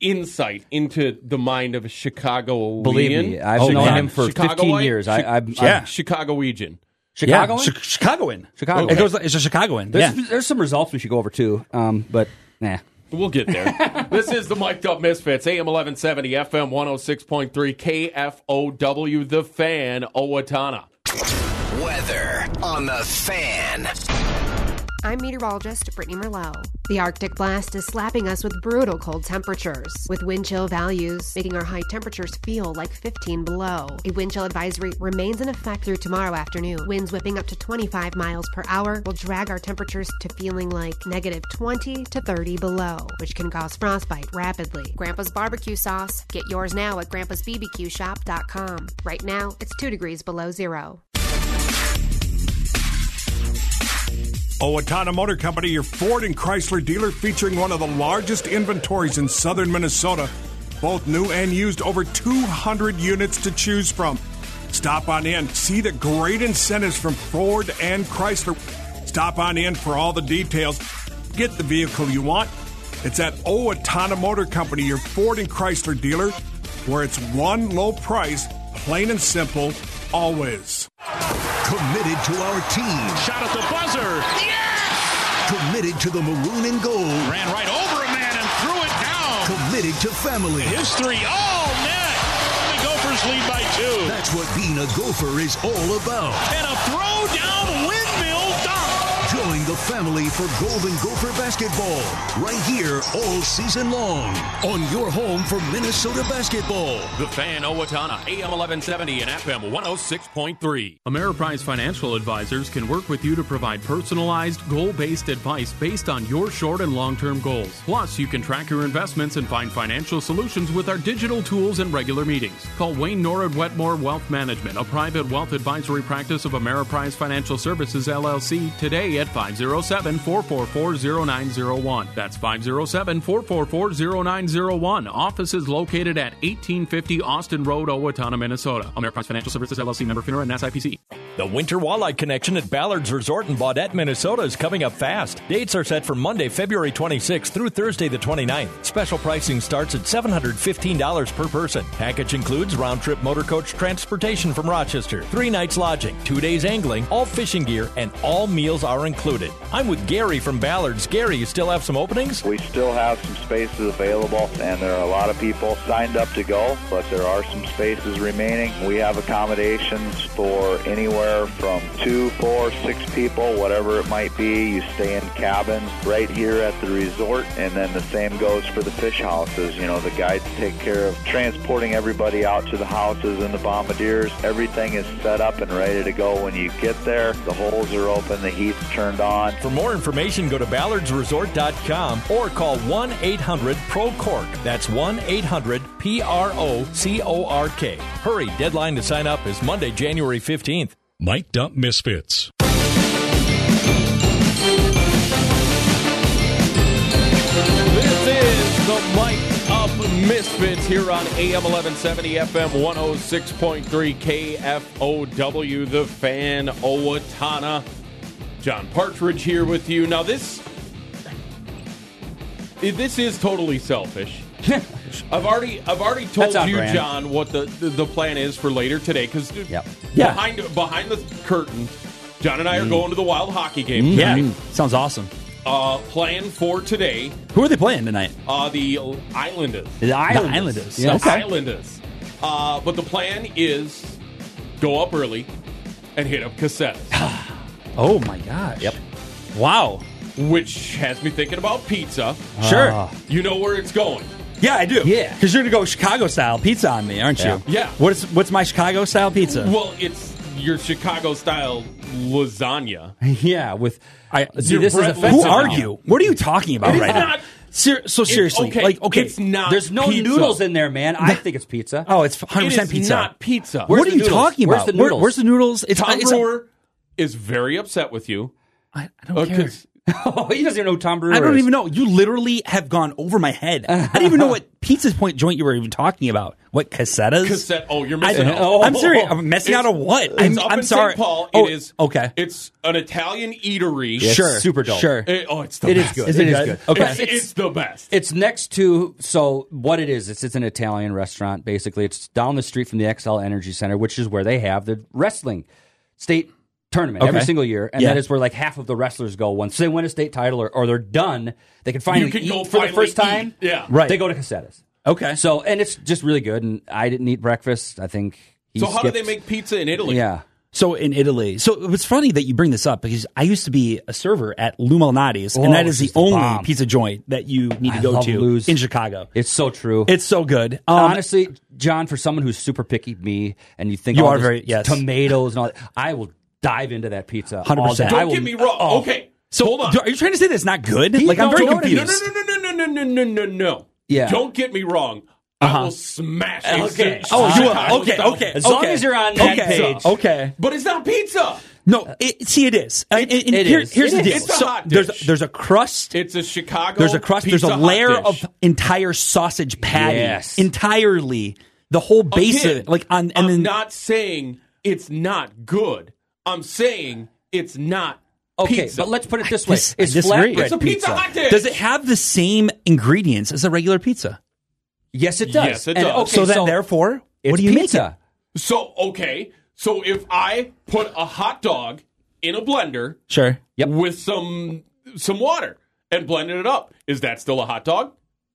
Speaker 3: insight into the mind of a Chicago.
Speaker 6: Believe me, I've
Speaker 3: Oh,
Speaker 6: known him for 15 years. I- I'm-
Speaker 3: yeah,
Speaker 6: I'm-
Speaker 3: Chicagoan.
Speaker 6: Chicagoan?
Speaker 8: Yeah, Chi- Chicagoan.
Speaker 6: Chicago.
Speaker 8: It goes. It's a Chicagoan. yeah.
Speaker 6: There's, there's some results we should go over too, um, but nah.
Speaker 3: We'll get there. this is the Mic'd Up Misfits, AM 1170, FM 106.3, KFOW, The Fan, Owatonna.
Speaker 16: Weather on the fan.
Speaker 10: I'm meteorologist Brittany Merlot. The Arctic blast is slapping us with brutal cold temperatures, with wind chill values making our high temperatures feel like 15 below. A wind chill advisory remains in effect through tomorrow afternoon. Winds whipping up to 25 miles per hour will drag our temperatures to feeling like negative 20 to 30 below, which can cause frostbite rapidly. Grandpa's barbecue sauce. Get yours now at grandpa'sbbqshop.com. Right now, it's 2 degrees below zero.
Speaker 17: Owatonna Oh, Motor Company, your Ford and Chrysler dealer, featuring one of the largest inventories in southern Minnesota, both new and used, over 200 units to choose from. Stop on in, see the great incentives from Ford and Chrysler. Stop on in for all the details. Get the vehicle you want. It's at Owatonna Motor Company, your Ford and Chrysler dealer, where it's one low price, plain and simple, always.
Speaker 18: Committed to our team. Shot at the buzzer. Committed to the maroon and gold. Ran right over a man and threw it down. Oh, Committed to family.
Speaker 19: His three all net. The Gophers lead by two.
Speaker 18: That's what being a gopher is all about.
Speaker 19: And a throw down windmill dunk.
Speaker 18: Join the family for Golden Gopher basketball right here all season long on your home for Minnesota basketball.
Speaker 11: The Fan Owatonna, AM 1170 and FM 106.3.
Speaker 3: Ameriprise Financial Advisors can work with you to provide personalized, goal based advice based on your short and long term goals. Plus, you can track your investments and find financial solutions with our digital tools and regular meetings. Call Wayne Norwood Wetmore Wealth Management, a private wealth advisory practice of Ameriprise Financial Services LLC, today at 507 444 0901. That's 507 444 0901. Office is located at 1850 Austin Road, Owatonna, Minnesota. Ameriprise Financial Services LLC member FINRA and SIPC.
Speaker 20: The Winter Walleye Connection at Ballard's Resort in Baudette, Minnesota is coming up fast. Dates are set for Monday, February 26th through Thursday the 29th. Special pricing starts at $715 per person. Package includes round trip motor coach transportation from Rochester, three nights lodging, two days angling, all fishing gear, and all meals are included. I'm with Gary from Ballard's. Gary, you still have some openings?
Speaker 21: We still have some spaces available, and there are a lot of people signed up to go, but there are some spaces remaining. We have accommodations for anywhere from two, four, six people, whatever it might be. You stay in cabins right here at the resort, and then the same goes for the fish houses. You know, the guides take care of transporting everybody out to the houses and the bombardiers. Everything is set up and ready to go when you get there. The holes are open, the heat's turned on.
Speaker 20: For more information, go to ballardsresort.com or call 1 800 PRO CORK. That's 1 800 P R O C O R K. Hurry, deadline to sign up is Monday, January 15th.
Speaker 19: Mic'd Up Misfits.
Speaker 11: This is the Mike Up Misfits here on AM 1170, FM 106.3, KFOW, The Fan, Owatonna. John Partridge here with you. Now, this. This is totally
Speaker 6: [laughs]
Speaker 11: selfish. I've already I've already told
Speaker 6: That's on
Speaker 11: you,
Speaker 6: brand.
Speaker 11: John, what the, the, the plan is for later today because
Speaker 6: Yeah.
Speaker 11: behind behind the curtain, John and I are
Speaker 8: Mm.
Speaker 11: going to the Wild Hockey game.
Speaker 8: Yeah.
Speaker 11: tonight.
Speaker 8: Sounds awesome.
Speaker 11: Uh, plan for today
Speaker 8: Who are they playing tonight?
Speaker 11: uh, the Islanders.
Speaker 8: The Islanders. The Islanders. Yeah,
Speaker 11: The
Speaker 8: okay.
Speaker 11: Islanders. Uh, but the plan is go up early and hit up cassettes.
Speaker 8: Oh my gosh. Yep. Wow.
Speaker 11: Which has me thinking about pizza.
Speaker 8: Sure.
Speaker 11: You know where it's going.
Speaker 8: Yeah, I do. Yeah. Because you're gonna go Chicago style pizza on me, aren't you?
Speaker 11: Yeah. Yeah.
Speaker 8: What's what's my Chicago style pizza?
Speaker 11: Well, it's your Chicago style lasagna.
Speaker 8: [laughs] yeah, with I
Speaker 11: see, Your this is bread offensive
Speaker 8: Who
Speaker 11: now.
Speaker 8: are you? What are you talking about
Speaker 11: It's
Speaker 8: right
Speaker 11: not-
Speaker 8: now? Ser- so
Speaker 11: It's
Speaker 8: seriously,
Speaker 11: okay.
Speaker 8: like okay,
Speaker 11: It's not
Speaker 6: There's no
Speaker 11: pizza.
Speaker 6: noodles in there, man. I think it's pizza. [laughs]
Speaker 8: Oh, it's 100 percent
Speaker 11: It is
Speaker 8: pizza.
Speaker 11: not pizza.
Speaker 8: What are you talking about?
Speaker 6: Where's the
Speaker 8: Where-
Speaker 6: noodles?
Speaker 8: where's the noodles? It's
Speaker 11: Tom
Speaker 8: it's
Speaker 11: Brewer is very upset with you. I, don't care.
Speaker 6: Oh, he doesn't even know who Tom Brewer.
Speaker 8: I don't
Speaker 6: is.
Speaker 8: even know. You literally have gone over my head. I don't even know what pizza's point joint you were even talking about. What cassettas?
Speaker 11: Cassette. Oh, you're
Speaker 8: I
Speaker 11: missing. out.
Speaker 8: am serious. I'm messing
Speaker 11: It's-
Speaker 8: out of what?
Speaker 11: It's
Speaker 8: I'm,
Speaker 11: up
Speaker 8: I'm
Speaker 11: in
Speaker 8: sorry.
Speaker 11: St. Paul.
Speaker 8: Oh,
Speaker 11: it is
Speaker 8: okay.
Speaker 11: It's an Italian eatery.
Speaker 6: Yeah, it's Sure. super dope. Sure.
Speaker 11: It- oh, it's the
Speaker 6: It is
Speaker 11: best.
Speaker 6: good. Is it It is good? good. Okay.
Speaker 11: It's, it's the best.
Speaker 6: It's next to so what it is. It's it's an Italian restaurant. Basically, it's down the street from the XL Energy Center, which is where they have the wrestling state tournament every
Speaker 8: Okay.
Speaker 6: single year, and
Speaker 8: Yeah.
Speaker 6: that is where like half of the wrestlers go. Once they win a state title or, or they're done, they can finally
Speaker 11: can
Speaker 6: eat
Speaker 11: go
Speaker 6: for the
Speaker 11: finally
Speaker 6: first time.
Speaker 11: eat. Yeah.
Speaker 8: Right.
Speaker 6: They go to Casetas.
Speaker 8: Okay.
Speaker 6: So and it's just really good. And I didn't eat breakfast. I think. He
Speaker 11: So how do
Speaker 6: skipped-
Speaker 11: they make pizza in Italy?
Speaker 6: Yeah.
Speaker 8: So in Italy, so it was funny that you bring this up because I used to be a server at Lou Malnati's,
Speaker 6: Oh,
Speaker 8: and that
Speaker 6: it's
Speaker 8: is the
Speaker 6: just the
Speaker 8: only
Speaker 6: bomb.
Speaker 8: pizza joint that you need to
Speaker 6: I
Speaker 8: go
Speaker 6: love
Speaker 8: to
Speaker 6: Lou's.
Speaker 8: in Chicago.
Speaker 6: It's so true.
Speaker 8: It's so good. Um,
Speaker 6: Honestly, John, for someone who's super picky, me, and you think
Speaker 8: You
Speaker 6: all
Speaker 8: are
Speaker 6: this
Speaker 8: very- yes.
Speaker 6: tomatoes and all that, I will dive into that pizza. all
Speaker 8: 100%.
Speaker 6: day. I
Speaker 8: Don't
Speaker 6: will-
Speaker 8: get me
Speaker 3: wrong.
Speaker 6: oh.
Speaker 3: Okay.
Speaker 8: So hold on. Are you trying to say that it's not good?
Speaker 6: He-
Speaker 8: like I'm
Speaker 6: no,
Speaker 8: very
Speaker 6: Jordan,
Speaker 8: confused.
Speaker 3: No, no, no, no, no, no, no, no, no.
Speaker 6: Yeah.
Speaker 3: Don't get me wrong.
Speaker 8: Uh-huh.
Speaker 3: I will smash. a Chi-
Speaker 6: Okay. Oh, you will.
Speaker 3: Chicago
Speaker 6: Okay,
Speaker 3: style.
Speaker 6: okay, As long okay. as you're on that
Speaker 8: Okay.
Speaker 6: page.
Speaker 8: Okay.
Speaker 3: But it's not pizza.
Speaker 8: No, it, see, it is. And, and
Speaker 3: Uh, it
Speaker 8: here-
Speaker 3: is.
Speaker 8: Here's
Speaker 3: It
Speaker 8: the
Speaker 3: is.
Speaker 8: deal.
Speaker 3: It's a
Speaker 8: so
Speaker 3: hot
Speaker 8: there's
Speaker 3: dish.
Speaker 8: there's a crust.
Speaker 3: It's a Chicago.
Speaker 8: There's a crust. There's
Speaker 3: pizza
Speaker 8: a
Speaker 3: hot
Speaker 8: layer
Speaker 3: dish.
Speaker 8: of entire sausage patty.
Speaker 3: Yes.
Speaker 8: Entirely, the whole base
Speaker 3: Again,
Speaker 8: of it. Like on,
Speaker 3: I'm
Speaker 8: and then
Speaker 3: not saying it's not good. I'm saying it's not.
Speaker 6: Okay,
Speaker 3: pizza.
Speaker 6: but let's put it this
Speaker 8: I
Speaker 6: way:
Speaker 8: dis- I
Speaker 6: is
Speaker 8: disagree.
Speaker 6: flatbread
Speaker 3: It's a pizza hot dish.
Speaker 8: Does it have the same ingredients as a regular pizza?
Speaker 6: Yes, it does.
Speaker 3: Yes, it
Speaker 6: And,
Speaker 3: does.
Speaker 6: okay,
Speaker 8: so that therefore,
Speaker 6: it's
Speaker 8: what do you
Speaker 6: pizza.
Speaker 8: make it?
Speaker 3: So okay, so if I put a hot dog in a blender,
Speaker 8: Sure.
Speaker 3: with some some water and blended it up, is that still a hot dog?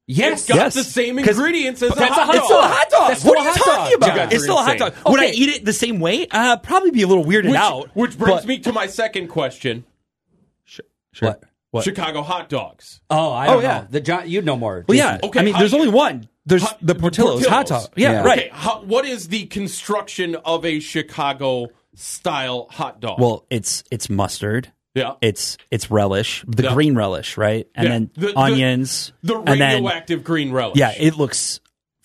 Speaker 6: Yes,
Speaker 3: it's got
Speaker 8: yes.
Speaker 3: the same
Speaker 8: 'Cause-
Speaker 3: ingredients as
Speaker 6: but
Speaker 3: a
Speaker 6: that's
Speaker 3: hot,
Speaker 6: a hot
Speaker 3: dog.
Speaker 8: It's still a hot dog.
Speaker 6: That's
Speaker 8: what
Speaker 6: still
Speaker 8: are you
Speaker 6: a hot
Speaker 8: talking
Speaker 6: dog.
Speaker 3: You
Speaker 8: about?
Speaker 3: guys
Speaker 8: It's
Speaker 3: are
Speaker 8: still a hot
Speaker 3: insane.
Speaker 8: dog. Would I
Speaker 6: Okay.
Speaker 8: eat it the same way? Uh, probably be a little weirded
Speaker 3: Which,
Speaker 8: out.
Speaker 3: which brings
Speaker 8: but-
Speaker 3: me to my second question:
Speaker 6: What?
Speaker 8: What?
Speaker 3: Chicago hot dogs.
Speaker 6: Oh, I
Speaker 8: Oh,
Speaker 6: don't
Speaker 8: yeah.
Speaker 6: know. The John, you know more.
Speaker 8: Well,
Speaker 6: Jason.
Speaker 8: yeah. I mean,
Speaker 3: how
Speaker 8: there's
Speaker 3: do you-
Speaker 8: only one. There's
Speaker 3: Hot-
Speaker 8: the Portillo's, hot
Speaker 3: Portillo's.
Speaker 8: dog. Yeah,
Speaker 6: Yeah.
Speaker 8: right.
Speaker 3: Okay, how, what is the construction of a Chicago style hot dog?
Speaker 8: Well, it's it's mustard.
Speaker 3: Yeah.
Speaker 8: It's it's relish, the
Speaker 3: Yeah.
Speaker 8: green relish, right? And
Speaker 3: Yeah.
Speaker 8: then
Speaker 3: The- the-
Speaker 8: onions.
Speaker 3: the
Speaker 8: and then-
Speaker 3: radioactive green relish.
Speaker 8: yeah, it looks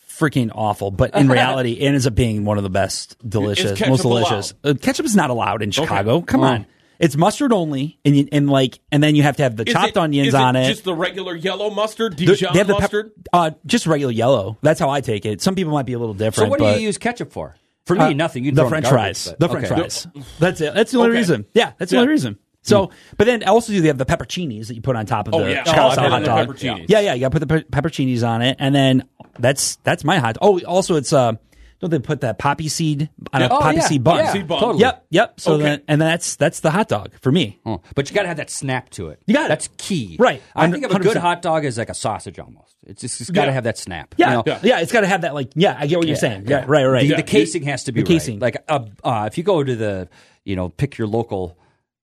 Speaker 8: freaking awful, but in reality, it ends up being one of the best, delicious,
Speaker 3: ketchup
Speaker 8: most delicious. Uh, ketchup is not allowed in Chicago. Come on. It's mustard only, and you, and like, and then you have to have the
Speaker 3: Is
Speaker 8: chopped
Speaker 3: it-
Speaker 8: onions
Speaker 3: is
Speaker 8: on it.
Speaker 3: Just the regular yellow mustard,
Speaker 8: They're-
Speaker 3: Dijon
Speaker 8: the pep-
Speaker 3: mustard.
Speaker 8: uh, just regular yellow. That's how I take it. Some people might be a little different.
Speaker 6: So what
Speaker 8: but,
Speaker 6: do you use ketchup for? For me,
Speaker 8: uh,
Speaker 6: nothing. You can
Speaker 8: the
Speaker 6: throw it in
Speaker 8: French
Speaker 6: garbage,
Speaker 8: fries.
Speaker 6: but-
Speaker 8: The French
Speaker 6: okay.
Speaker 8: fries. That's it. That's the only
Speaker 3: Okay.
Speaker 8: reason. Yeah, that's the
Speaker 3: Yeah.
Speaker 8: only reason. So, but then also they have the pepperoncinis that you put on top of
Speaker 3: Oh,
Speaker 8: the
Speaker 3: yeah.
Speaker 8: Chicago
Speaker 3: Oh, I've
Speaker 8: style
Speaker 3: had
Speaker 8: hot
Speaker 3: the
Speaker 8: dog.
Speaker 3: pepperoncinis.
Speaker 8: Yeah, yeah, you got to put the pe- pepperoncinis on it, and then that's that's my hot. Oh, also it's uh, don't they put that poppy seed on a
Speaker 6: Oh,
Speaker 8: poppy
Speaker 6: yeah.
Speaker 8: seed bun?
Speaker 6: Yeah,
Speaker 3: Seed bun.
Speaker 6: totally.
Speaker 8: Yep, yep. So
Speaker 3: Okay.
Speaker 8: then, and that's that's the hot dog for me.
Speaker 6: Oh, but you got to have that snap to it.
Speaker 8: You got it.
Speaker 6: That's key.
Speaker 8: Right.
Speaker 6: I think of a good
Speaker 8: 100%.
Speaker 6: hot dog as like a sausage almost. It's just, got to
Speaker 3: Yeah.
Speaker 6: have that snap.
Speaker 8: Yeah,
Speaker 6: you know?
Speaker 8: yeah, It's got to have that like. Yeah, I get what you're saying. Yeah, right, right.
Speaker 6: The,
Speaker 8: Yeah.
Speaker 6: the casing has to be
Speaker 8: The casing.
Speaker 6: right. Like uh, uh, if you go to the, you know, pick your local.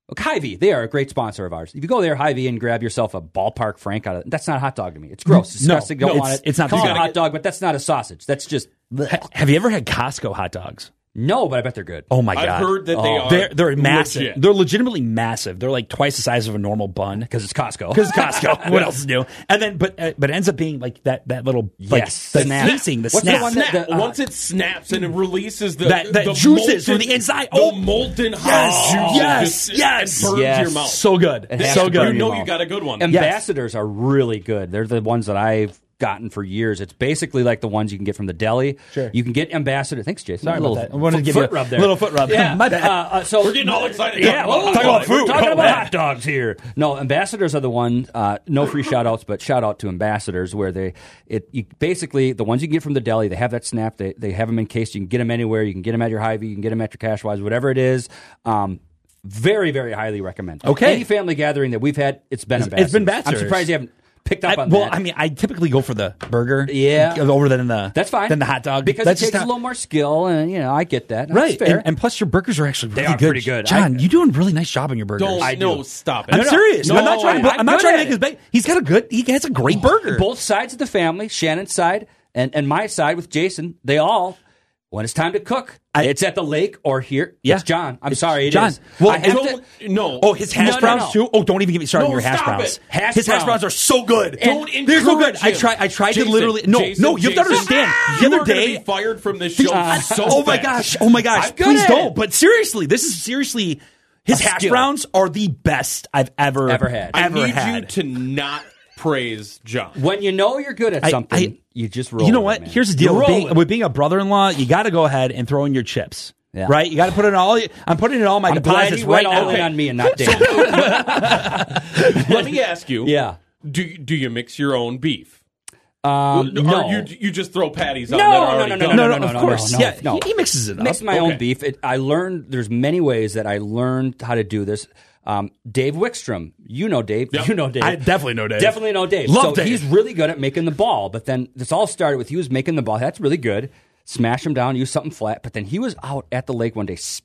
Speaker 6: Like, Hy-Vee, they are a great sponsor of ours. If you go there, Hy-Vee, and grab yourself a ballpark Frank out of that's not a hot dog to me. It's gross,
Speaker 8: No,
Speaker 6: disgusting.
Speaker 8: no,
Speaker 6: don't want it.
Speaker 8: it's- it's not-
Speaker 6: Call
Speaker 8: you
Speaker 6: it a
Speaker 8: gotta
Speaker 6: hot
Speaker 8: get-
Speaker 6: dog, but that's not a sausage. That's just
Speaker 8: Ha- have you ever had Costco hot dogs?
Speaker 6: no. But I bet they're good.
Speaker 8: Oh my
Speaker 3: I've
Speaker 8: god!
Speaker 3: heard that they
Speaker 8: Oh.
Speaker 3: are
Speaker 8: They're, they're massive.
Speaker 3: legit.
Speaker 8: They're legitimately massive. They're like twice the size of a normal bun.
Speaker 6: because it's Costco.
Speaker 8: Because [laughs] Costco, what else is new? And then, but uh, but it ends up being like that that little like
Speaker 6: Yes.
Speaker 8: the
Speaker 6: Snap.
Speaker 8: casing, the
Speaker 6: What's the
Speaker 8: snap,
Speaker 6: one
Speaker 3: Snap.
Speaker 6: that- the, uh,
Speaker 3: Once it snaps and it releases the
Speaker 8: That- that
Speaker 3: the
Speaker 8: juices from
Speaker 3: molten-
Speaker 8: the inside.
Speaker 3: the
Speaker 8: Oh.
Speaker 3: molten
Speaker 8: Yes,
Speaker 3: hot
Speaker 8: yes,
Speaker 3: juice
Speaker 8: yes,
Speaker 3: and Oh. burns
Speaker 6: yes.
Speaker 3: your mouth.
Speaker 8: so good,
Speaker 6: It has
Speaker 8: so
Speaker 6: to burn
Speaker 8: good.
Speaker 3: you know
Speaker 6: your
Speaker 3: you
Speaker 6: mouth.
Speaker 3: got a good one.
Speaker 6: Ambassadors are really good. They're the ones that I've gotten for years. It's basically like the ones you can get from the deli.
Speaker 8: Sure.
Speaker 6: You can get ambassador. Thanks, Jason.
Speaker 8: Sorry
Speaker 6: a little
Speaker 8: about that. I wanted to
Speaker 6: fo-
Speaker 8: give
Speaker 6: foot
Speaker 8: you a
Speaker 6: rub there.
Speaker 8: little foot rub.
Speaker 6: Yeah.
Speaker 8: [laughs] My bad.
Speaker 6: Uh, uh, so
Speaker 3: We're getting all excited.
Speaker 6: Yeah,
Speaker 3: Talking
Speaker 6: well,
Speaker 3: about
Speaker 6: we're
Speaker 3: food.
Speaker 6: talking
Speaker 3: Oh,
Speaker 6: about
Speaker 3: man.
Speaker 6: hot dogs here. No, ambassadors are the one. Uh, no free shout outs, but shout out to ambassadors where they it you, basically the ones you can get from the deli. They have that snap. They they have them encased. You can get them anywhere. You can get them at your Hy-Vee. You can get them at your Cashwise. Whatever it is. Um, very, very highly recommend.
Speaker 8: Okay.
Speaker 6: Any family gathering that we've had, it's been
Speaker 8: It's- it's been
Speaker 6: ambassadors.
Speaker 8: ambassadors.
Speaker 6: I'm surprised you haven't picked
Speaker 8: I,
Speaker 6: up on
Speaker 8: well,
Speaker 6: that.
Speaker 8: I mean, I typically go for the burger,
Speaker 6: Yeah.
Speaker 8: over than the
Speaker 6: that's fine.
Speaker 8: than the hot dog
Speaker 6: because
Speaker 8: that's
Speaker 6: it
Speaker 8: just
Speaker 6: takes
Speaker 8: not-
Speaker 6: a little more skill, and you know I get that. That's
Speaker 8: right.
Speaker 6: fair.
Speaker 8: And, and plus, your burgers are actually really
Speaker 6: are
Speaker 8: good.
Speaker 6: pretty good.
Speaker 8: John,
Speaker 6: I-
Speaker 8: you doing a really nice job on your burgers.
Speaker 3: Don't
Speaker 8: I
Speaker 3: no
Speaker 8: do.
Speaker 3: stop it.
Speaker 8: I'm
Speaker 3: No, no.
Speaker 8: serious.
Speaker 3: No,
Speaker 8: I'm not trying.
Speaker 6: I'm
Speaker 8: I'm, not
Speaker 6: good
Speaker 8: trying
Speaker 6: at
Speaker 8: to make his
Speaker 6: it.
Speaker 8: bag. He's got a good. He has a great burger.
Speaker 6: both sides of the family, Shannon's side and, and my side with Jason, they all, when it's time to cook, it's at the lake or here.
Speaker 8: Yeah.
Speaker 6: It's John. I'm sorry, it is.
Speaker 8: John. Well,
Speaker 6: I have
Speaker 8: don't-
Speaker 6: to-
Speaker 3: no.
Speaker 8: Oh, his hash
Speaker 6: No, no,
Speaker 8: browns
Speaker 6: no.
Speaker 8: too. Oh, don't even get me started on
Speaker 3: No,
Speaker 8: your hash
Speaker 3: stop
Speaker 8: browns.
Speaker 3: it. Hash
Speaker 8: his hash
Speaker 6: browns.
Speaker 8: browns are so good.
Speaker 3: Don't
Speaker 8: They're so good.
Speaker 3: encourage
Speaker 8: I
Speaker 3: him.
Speaker 8: tried. I tried
Speaker 3: Jason,
Speaker 8: to literally. No,
Speaker 3: Jason,
Speaker 8: no. You have to
Speaker 3: Jason,
Speaker 8: understand. The
Speaker 3: you
Speaker 8: other
Speaker 3: are gonna
Speaker 8: day,
Speaker 3: be fired from this show. so
Speaker 8: oh my
Speaker 3: fast.
Speaker 8: gosh! Oh my gosh!
Speaker 6: I'm good
Speaker 8: Please
Speaker 6: at it.
Speaker 8: don't. But seriously, this is seriously. His
Speaker 6: A
Speaker 8: hash
Speaker 6: skill.
Speaker 8: browns are the best I've ever
Speaker 6: Ever had.
Speaker 3: I
Speaker 8: Ever
Speaker 3: need
Speaker 8: had.
Speaker 3: you to not praise John.
Speaker 6: when you know you're good at
Speaker 8: I-
Speaker 6: something,
Speaker 8: I-
Speaker 6: you just roll.
Speaker 8: You know
Speaker 6: with
Speaker 8: what?
Speaker 6: It, man.
Speaker 8: Here's the
Speaker 6: You
Speaker 8: deal. With
Speaker 6: roll
Speaker 8: being,
Speaker 6: with it.
Speaker 8: with being a brother-in-law, you got to go ahead and throw in your chips.
Speaker 6: Yeah.
Speaker 8: Right? You got to put in all. I'm putting in all my
Speaker 6: I'm glad
Speaker 8: deposits
Speaker 6: you
Speaker 8: right
Speaker 6: went
Speaker 8: now.
Speaker 6: all in on me and
Speaker 8: [laughs]
Speaker 6: not Dan.
Speaker 3: Let me ask you.
Speaker 6: yeah.
Speaker 3: Do do you mix your own beef?
Speaker 6: Um,
Speaker 3: Or
Speaker 6: no.
Speaker 3: you you just throw patties
Speaker 6: No,
Speaker 3: on that are
Speaker 6: no,
Speaker 3: already
Speaker 6: no, no,
Speaker 3: done?
Speaker 6: no, no,
Speaker 8: no,
Speaker 6: no,
Speaker 8: of course.
Speaker 6: no,
Speaker 8: yeah,
Speaker 6: no.
Speaker 8: He, he mixes it up.
Speaker 6: mixed my
Speaker 3: Okay.
Speaker 6: own beef. It, I learned there's many ways that I learned how to do this. Um, Dave Wickstrom, you know Dave,
Speaker 3: Yep.
Speaker 6: you know Dave.
Speaker 8: I definitely know Dave.
Speaker 6: Definitely know Dave.
Speaker 8: Love
Speaker 6: so
Speaker 8: Dave.
Speaker 6: he's really good at making the ball. But then this all started with he was making the ball. That's really good. Smash him down, use something flat. But then he was out at the lake one day s-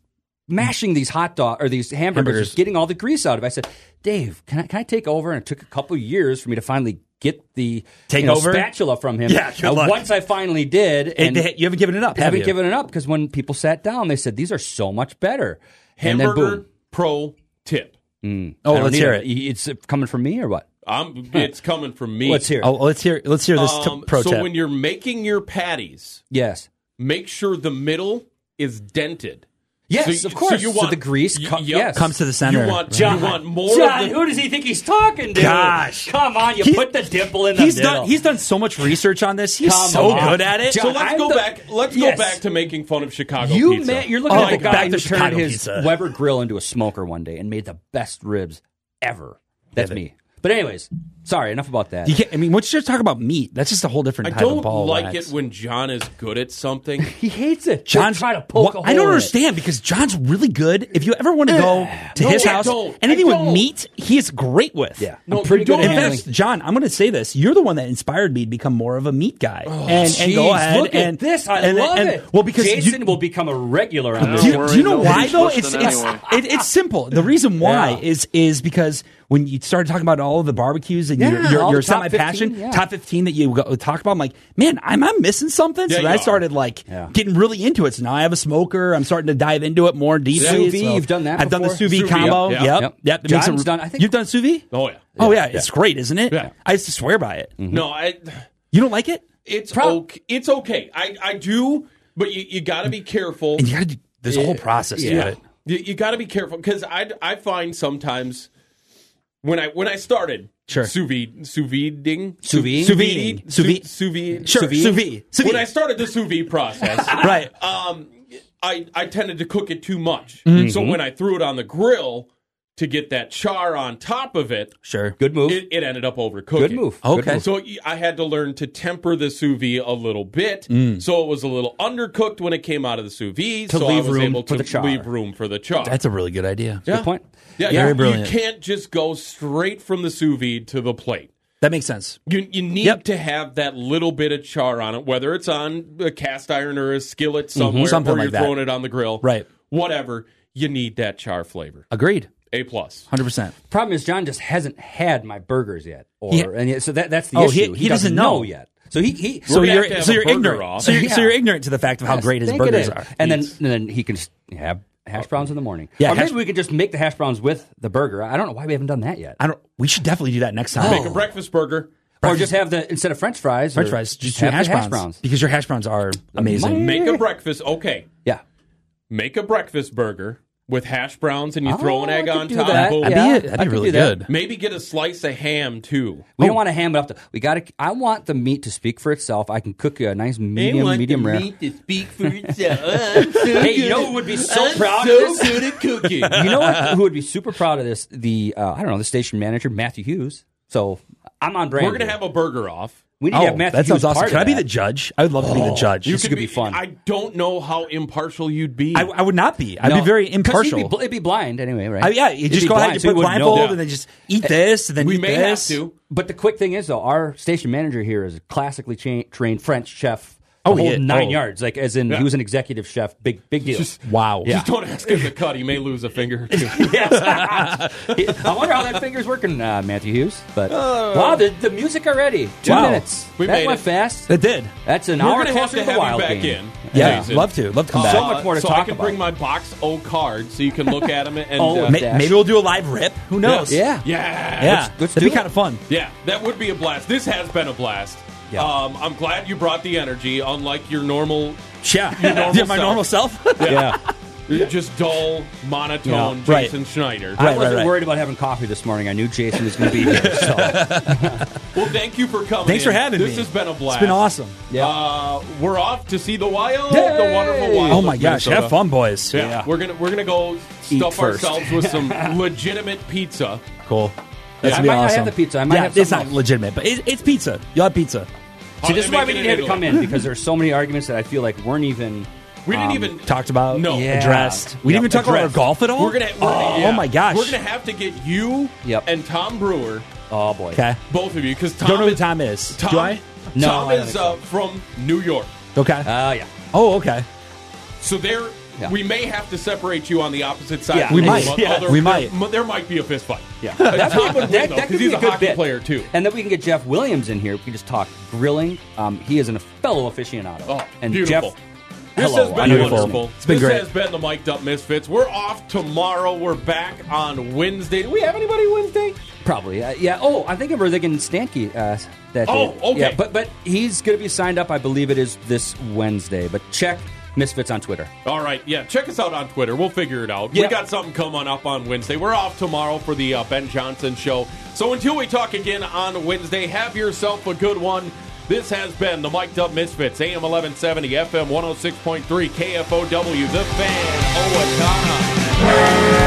Speaker 6: mashing these hot dog or these hamburgers,
Speaker 8: Hamburgers.
Speaker 6: just getting all the grease out of. it. I said, Dave, can I, can I take over? And it took a couple of years for me to finally get the
Speaker 8: Take
Speaker 6: you know,
Speaker 8: over?
Speaker 6: spatula from him.
Speaker 8: Yeah, good
Speaker 6: And
Speaker 8: luck.
Speaker 6: once I finally did, and
Speaker 8: It- you haven't given it up,
Speaker 6: I
Speaker 8: have
Speaker 6: haven't
Speaker 8: you?
Speaker 6: given it up because when people sat down, they said these are so much better. and then
Speaker 3: Hamburger
Speaker 6: boom.
Speaker 3: pro tip.
Speaker 6: Mm.
Speaker 3: Oh,
Speaker 6: I don't
Speaker 3: let's
Speaker 6: need
Speaker 3: hear
Speaker 6: It's coming from me or what?
Speaker 3: I'm, it's coming from me.
Speaker 6: Let's hear it.
Speaker 8: Oh, let's hear. Let's hear this t-
Speaker 3: Um,
Speaker 8: pro
Speaker 3: so
Speaker 8: tip.
Speaker 3: when you're making your patties,
Speaker 6: Yes.
Speaker 3: make sure the middle is dented.
Speaker 6: Yes,
Speaker 3: So-
Speaker 6: of course.
Speaker 3: So, you want,
Speaker 6: the grease
Speaker 3: y-
Speaker 6: co-
Speaker 3: yep.
Speaker 6: yes.
Speaker 8: Comes to the center.
Speaker 3: You want,
Speaker 6: John,
Speaker 3: you want more
Speaker 6: John,
Speaker 3: of the,
Speaker 6: who does he think he's talking to?
Speaker 8: Gosh.
Speaker 6: come on! You
Speaker 8: He-
Speaker 6: put the dimple in the
Speaker 8: he's
Speaker 6: middle.
Speaker 8: done. He's done so much research on this. He's
Speaker 6: Come
Speaker 3: Oh,
Speaker 8: so
Speaker 6: on.
Speaker 8: good at it.
Speaker 6: John,
Speaker 3: so let's
Speaker 6: I'm
Speaker 3: go
Speaker 6: the-
Speaker 3: back. Let's
Speaker 6: Yes.
Speaker 3: go back to making fun of Chicago
Speaker 6: you
Speaker 3: pizza.
Speaker 6: ma- you're looking
Speaker 8: Oh,
Speaker 6: at the
Speaker 8: back
Speaker 6: guy
Speaker 8: to
Speaker 6: who
Speaker 8: Chicago
Speaker 6: turned his
Speaker 8: pizza.
Speaker 6: Weber grill into a smoker one day and made the best ribs ever. That's me. But anyways, sorry. Enough about that.
Speaker 8: You can't, I mean, once you talk about meat, that's just a whole different.
Speaker 3: I
Speaker 8: type
Speaker 3: don't
Speaker 8: of ball of
Speaker 3: like
Speaker 8: wax.
Speaker 3: it when John is good at
Speaker 8: [laughs]
Speaker 3: something.
Speaker 6: He hates it.
Speaker 8: John's
Speaker 6: trying to poke.
Speaker 8: Well,
Speaker 6: a
Speaker 8: I
Speaker 6: hole
Speaker 8: don't
Speaker 6: in it. Eh,
Speaker 8: understand because John's really good. If you ever want to go to
Speaker 3: No,
Speaker 8: his
Speaker 3: I
Speaker 8: house,
Speaker 3: don't.
Speaker 8: anything
Speaker 3: I
Speaker 8: with
Speaker 3: don't.
Speaker 8: meat, he is great with. Yeah,
Speaker 6: No, pretty you good at
Speaker 8: In
Speaker 6: don't. handling-
Speaker 8: fact, John, I'm going to say this: you're the one that inspired me to become more of a meat guy. and, and go
Speaker 6: Oh, Jeez,
Speaker 8: ahead
Speaker 6: look
Speaker 8: and
Speaker 6: at this. I
Speaker 8: and-
Speaker 6: love
Speaker 8: and-
Speaker 6: it.
Speaker 8: Well, because you-
Speaker 6: Jason will become a regular on
Speaker 8: do,
Speaker 6: this.
Speaker 8: you- do you know why
Speaker 6: nobody's
Speaker 8: though? It's
Speaker 6: listening
Speaker 8: it's,
Speaker 6: anyway.
Speaker 8: it, it's simple. The reason why is is because when you started talking about all of the barbecues and your
Speaker 6: Yeah,
Speaker 8: your,
Speaker 6: all
Speaker 8: your
Speaker 6: the top
Speaker 8: semi passion
Speaker 6: 15, yeah.
Speaker 8: top fifteen that you go, talk about, I'm like, man, am I missing something?
Speaker 6: Yeah,
Speaker 8: so
Speaker 6: you
Speaker 8: then I
Speaker 6: are.
Speaker 8: started like getting really into it. So now I have a smoker. I'm starting to dive into it more deeply.
Speaker 6: Sous vide,
Speaker 8: So
Speaker 6: you've done that
Speaker 8: I've done the
Speaker 6: before?
Speaker 8: sous vide
Speaker 6: Sous vide,
Speaker 8: combo.
Speaker 6: yep,
Speaker 8: Yep,
Speaker 6: yep.
Speaker 8: yep. It makes
Speaker 6: John's
Speaker 8: it-
Speaker 6: done- I think-
Speaker 8: you've done sous vide.
Speaker 3: Oh yeah.
Speaker 8: Oh yeah, it's great, isn't it?
Speaker 3: Yeah.
Speaker 8: I used to swear by it.
Speaker 6: Mm.
Speaker 3: No, I.
Speaker 8: You don't like it?
Speaker 3: It's okay. It's okay. I I do, but you, you got to be careful.
Speaker 8: And you got to do there's a whole process
Speaker 3: Yeah.
Speaker 8: to it.
Speaker 3: You, got to be careful because I I find sometimes when I when I started
Speaker 8: Sure.
Speaker 3: sous vide sous videing
Speaker 8: Sous vide?
Speaker 3: sous vide
Speaker 8: Sous vide.
Speaker 3: sous vide
Speaker 8: Sure, sous vide. Sous
Speaker 3: When
Speaker 8: vide.
Speaker 3: I started the sous vide process,
Speaker 8: [laughs] Right.
Speaker 6: Ah.
Speaker 3: Um, I I tended to cook it too much,
Speaker 8: Mhm.
Speaker 3: so when I threw it on the grill to get that char on top of it,
Speaker 8: Sure.
Speaker 6: Good move.
Speaker 3: it, it ended up overcooking.
Speaker 6: Good move. Good
Speaker 8: Okay.
Speaker 6: move.
Speaker 3: So I had to learn to temper the sous vide a little bit, so it was a little undercooked when it came out of the sous vide.
Speaker 8: Mm. To
Speaker 3: so
Speaker 8: leave
Speaker 3: I was
Speaker 8: room
Speaker 3: able
Speaker 8: for
Speaker 3: to
Speaker 8: the char.
Speaker 3: leave room for the char.
Speaker 8: That's a really good idea.
Speaker 3: yeah.
Speaker 6: Good point.
Speaker 3: Yeah,
Speaker 8: Very
Speaker 3: you,
Speaker 8: brilliant.
Speaker 3: You can't just go straight from the sous vide to the plate.
Speaker 8: That makes sense.
Speaker 3: You you need to have that little bit of char on it, whether it's on a cast iron or a skillet
Speaker 6: Mm-hmm.
Speaker 3: somewhere,
Speaker 8: Something
Speaker 3: or
Speaker 8: like
Speaker 3: you're
Speaker 8: that.
Speaker 3: throwing it on the grill,
Speaker 8: Right.
Speaker 3: Whatever. You need that char flavor.
Speaker 8: Agreed.
Speaker 3: A plus.
Speaker 8: Hundred percent.
Speaker 6: Problem is, John just hasn't had my burgers yet, or
Speaker 8: Yeah.
Speaker 6: and yet, so that that's the
Speaker 8: Oh, he-
Speaker 6: issue.
Speaker 8: he doesn't know.
Speaker 6: yet. So he, he
Speaker 8: So
Speaker 3: We're gonna
Speaker 8: you're
Speaker 3: have to have
Speaker 8: so
Speaker 3: a
Speaker 8: you're
Speaker 3: burger
Speaker 8: ignorant.
Speaker 3: off.
Speaker 8: So you're, so
Speaker 6: Yeah.
Speaker 8: you're ignorant to the fact of how
Speaker 6: Yes,
Speaker 8: great his
Speaker 6: think it
Speaker 8: burgers
Speaker 6: is.
Speaker 8: are.
Speaker 6: and then and then he can just have hash browns in the morning.
Speaker 8: Yeah,
Speaker 6: or
Speaker 8: hash-
Speaker 6: maybe we could just make the hash browns with the burger. I don't know why we haven't done that yet.
Speaker 8: I don't. We should definitely do that next
Speaker 6: Oh.
Speaker 8: time.
Speaker 3: Make a breakfast burger.
Speaker 6: Or just have the instead of French fries,
Speaker 8: French
Speaker 6: or
Speaker 8: fries, just do
Speaker 6: have
Speaker 8: hash,
Speaker 6: the
Speaker 8: browns, because your hash browns are amazing.
Speaker 3: Make
Speaker 6: [laughs]
Speaker 3: a breakfast. Okay.
Speaker 6: Yeah,
Speaker 3: make a breakfast burger with hash browns and you
Speaker 6: Oh,
Speaker 3: throw an
Speaker 6: I
Speaker 3: egg
Speaker 6: could
Speaker 3: on
Speaker 6: do
Speaker 3: top.
Speaker 6: that.
Speaker 3: Boom.
Speaker 8: that'd
Speaker 6: Yeah,
Speaker 8: be,
Speaker 6: I
Speaker 8: that'd be
Speaker 6: could
Speaker 8: really
Speaker 6: do that.
Speaker 8: good.
Speaker 3: Maybe get a slice of ham too.
Speaker 6: we don't want to ham it up. Though. We got to. I want the meat to speak for itself. I can cook you a nice medium, medium rare.
Speaker 3: to speak
Speaker 6: [laughs]
Speaker 3: for itself. I'm so
Speaker 6: Hey, you
Speaker 3: good
Speaker 6: know
Speaker 3: at-
Speaker 6: who would be so
Speaker 3: I'm [laughs]
Speaker 6: proud
Speaker 3: so
Speaker 6: of this?
Speaker 3: good at
Speaker 6: [laughs]
Speaker 3: cooking.
Speaker 6: you know what, who
Speaker 3: [laughs]
Speaker 6: would be super proud of this? The uh, I don't know the station manager Matthew Hughes. So I'm on brand.
Speaker 3: We're gonna
Speaker 6: here.
Speaker 3: have a burger off.
Speaker 6: we need
Speaker 8: Oh,
Speaker 6: to have Matthew
Speaker 8: that sounds
Speaker 6: Hughes
Speaker 8: awesome.
Speaker 6: part
Speaker 8: Can
Speaker 6: of
Speaker 8: I be
Speaker 6: that.
Speaker 8: the judge? I would love to be the judge.
Speaker 6: This is
Speaker 3: could
Speaker 6: Uh, gonna be fun.
Speaker 3: I don't know how impartial you'd be.
Speaker 8: I, I would not be. I'd
Speaker 6: No,
Speaker 8: be very
Speaker 6: 'cause
Speaker 8: impartial.
Speaker 6: He'd be, bl- he'd be blind anyway, right?
Speaker 8: I, yeah, you
Speaker 6: He'd
Speaker 8: just
Speaker 6: be
Speaker 8: go ahead
Speaker 6: blind,
Speaker 8: and
Speaker 6: so
Speaker 8: put
Speaker 6: he wouldn't know.
Speaker 8: blindfold
Speaker 3: Yeah.
Speaker 8: and then just eat this and then
Speaker 3: we
Speaker 8: eat
Speaker 3: may
Speaker 8: this.
Speaker 3: have to.
Speaker 6: But the quick thing is, though, our station manager here is a classically cha- trained French chef. The
Speaker 8: Oh,
Speaker 6: whole
Speaker 8: yeah.
Speaker 6: nine
Speaker 8: Oh.
Speaker 6: yards, like as in
Speaker 3: Yeah.
Speaker 6: he was an executive chef. Big, big deal.
Speaker 8: Wow.
Speaker 3: Just don't ask him to cut. He may lose a finger.
Speaker 8: [laughs]
Speaker 3: or two.
Speaker 6: yes. I wonder how that finger's working, uh, Matthew Hughes. But wow, the, the music already. Two
Speaker 8: Uh. Wow.
Speaker 6: minutes.
Speaker 3: We
Speaker 6: that
Speaker 3: made
Speaker 6: went
Speaker 3: it.
Speaker 6: fast.
Speaker 8: It did.
Speaker 6: That's an
Speaker 3: We're
Speaker 6: hour
Speaker 3: gonna have
Speaker 6: closer
Speaker 3: to
Speaker 6: the
Speaker 3: have you
Speaker 6: wild
Speaker 3: back
Speaker 6: game.
Speaker 3: in.
Speaker 8: Yeah, Uh,
Speaker 3: Jason.
Speaker 8: love to. Love to come
Speaker 6: So
Speaker 8: back.
Speaker 6: much more to
Speaker 3: so I
Speaker 6: talk
Speaker 3: can
Speaker 6: about.
Speaker 3: bring my box O card so you can look at them and
Speaker 6: [laughs] Oh,
Speaker 3: uh,
Speaker 6: ma- oh,
Speaker 8: May- Maybe we'll do a live rip. Who knows?
Speaker 6: Yeah.
Speaker 3: yeah,
Speaker 8: Yeah.
Speaker 6: Let's- let's
Speaker 8: That'd
Speaker 6: do
Speaker 8: be
Speaker 6: it.
Speaker 8: kind of fun.
Speaker 3: Yeah, that would be a blast. This has been a blast.
Speaker 8: Yeah.
Speaker 3: Um, I'm glad you brought the energy, unlike your normal,
Speaker 8: Yeah.
Speaker 3: [laughs] Your normal
Speaker 8: yeah, my
Speaker 3: self. [laughs]
Speaker 8: normal self.
Speaker 6: Yeah.
Speaker 3: just dull, monotone
Speaker 8: Yeah, right.
Speaker 3: Jason Schneider.
Speaker 6: I
Speaker 8: Right,
Speaker 6: wasn't
Speaker 8: right, right.
Speaker 6: worried about having coffee this morning. I knew Jason was going to be here.
Speaker 8: [laughs]
Speaker 6: So.
Speaker 3: Well, thank you for coming.
Speaker 8: Thanks for
Speaker 3: in.
Speaker 8: having
Speaker 3: this
Speaker 8: me.
Speaker 3: This has been a blast.
Speaker 8: It's been awesome.
Speaker 3: Uh, we're off to see the wild, the
Speaker 6: Yay!
Speaker 3: wonderful wild.
Speaker 8: Oh my
Speaker 3: of
Speaker 8: gosh.
Speaker 3: Minnesota.
Speaker 8: Have fun, boys.
Speaker 3: Yeah. we're gonna we're gonna go
Speaker 6: Eat
Speaker 3: stuff
Speaker 6: first.
Speaker 3: ourselves with
Speaker 6: [laughs]
Speaker 3: some legitimate pizza.
Speaker 8: Cool. That's
Speaker 6: I
Speaker 8: gonna be
Speaker 6: might not have
Speaker 8: awesome.
Speaker 6: the pizza. I might
Speaker 8: yeah,
Speaker 6: have
Speaker 8: it's
Speaker 6: something
Speaker 8: not
Speaker 6: else.
Speaker 8: legitimate, but it, it's pizza. You'll have pizza.
Speaker 3: Are
Speaker 6: See, this
Speaker 3: they
Speaker 6: is why we
Speaker 3: making
Speaker 6: didn't
Speaker 3: it
Speaker 6: have to
Speaker 3: in
Speaker 6: come
Speaker 3: Italy?
Speaker 6: in because there's so many arguments that I feel like weren't even.
Speaker 3: We didn't
Speaker 6: um,
Speaker 3: even
Speaker 8: Talked about.
Speaker 3: No,
Speaker 6: Yeah.
Speaker 8: Addressed. We
Speaker 6: Yep,
Speaker 8: didn't even talk about our
Speaker 6: addressed.
Speaker 8: golf at all.
Speaker 3: We're gonna. We're
Speaker 8: oh,
Speaker 3: gonna yeah.
Speaker 8: my gosh.
Speaker 3: We're gonna have to get you
Speaker 6: Yep.
Speaker 3: and Tom Brewer,
Speaker 6: Oh boy.
Speaker 8: okay.
Speaker 3: both of you, because Tom
Speaker 8: Don't know who
Speaker 3: is-
Speaker 8: Tom is.
Speaker 3: Tom,
Speaker 8: Do I?
Speaker 6: No,
Speaker 3: Tom
Speaker 6: I don't
Speaker 3: is
Speaker 6: think so.
Speaker 3: uh, from New York,
Speaker 8: Okay.
Speaker 6: Oh Ah, yeah.
Speaker 8: oh, okay.
Speaker 3: so they're
Speaker 6: Yeah.
Speaker 3: We may have to separate you on the opposite side.
Speaker 6: Yeah.
Speaker 3: of
Speaker 6: We
Speaker 3: the
Speaker 6: might.
Speaker 3: table.
Speaker 6: Yeah.
Speaker 3: Although
Speaker 6: We
Speaker 3: there-
Speaker 6: might.
Speaker 3: There, might be a fist fight.
Speaker 6: Yeah,
Speaker 3: Uh,
Speaker 6: That's
Speaker 3: Tom
Speaker 6: what-
Speaker 3: would win, though, 'cause he's a hockey
Speaker 6: bit.
Speaker 3: player too.
Speaker 6: And then we can get Jeff Williams in here. We can just talk grilling. Um, he is a fellow aficionado.
Speaker 3: Oh,
Speaker 6: and
Speaker 3: beautiful.
Speaker 6: Jeff,
Speaker 3: This
Speaker 6: hello,
Speaker 3: has been
Speaker 6: I know you're
Speaker 3: wonderful.
Speaker 6: listening.
Speaker 3: this has been the Mic'd Up Misfits. We're off tomorrow. We're back on Wednesday. Do we have anybody Wednesday?
Speaker 6: Probably, uh, yeah. Oh, I think we're thinking Stanky. Uh, that
Speaker 3: Oh,
Speaker 6: day.
Speaker 3: okay.
Speaker 6: Yeah, but but he's going to be signed up. I believe it is this Wednesday. But check Misfits on Twitter.
Speaker 3: All right, yeah. Check us out on Twitter. We'll figure it out. We
Speaker 6: Yeah.
Speaker 3: got something coming up on Wednesday. We're off tomorrow for the uh, Ben Johnson show. So until we talk again on Wednesday, have yourself a good one. This has been the Mic'd Up Misfits, AM 1170, FM 106.3, KFOW, The Fan, Owatonna.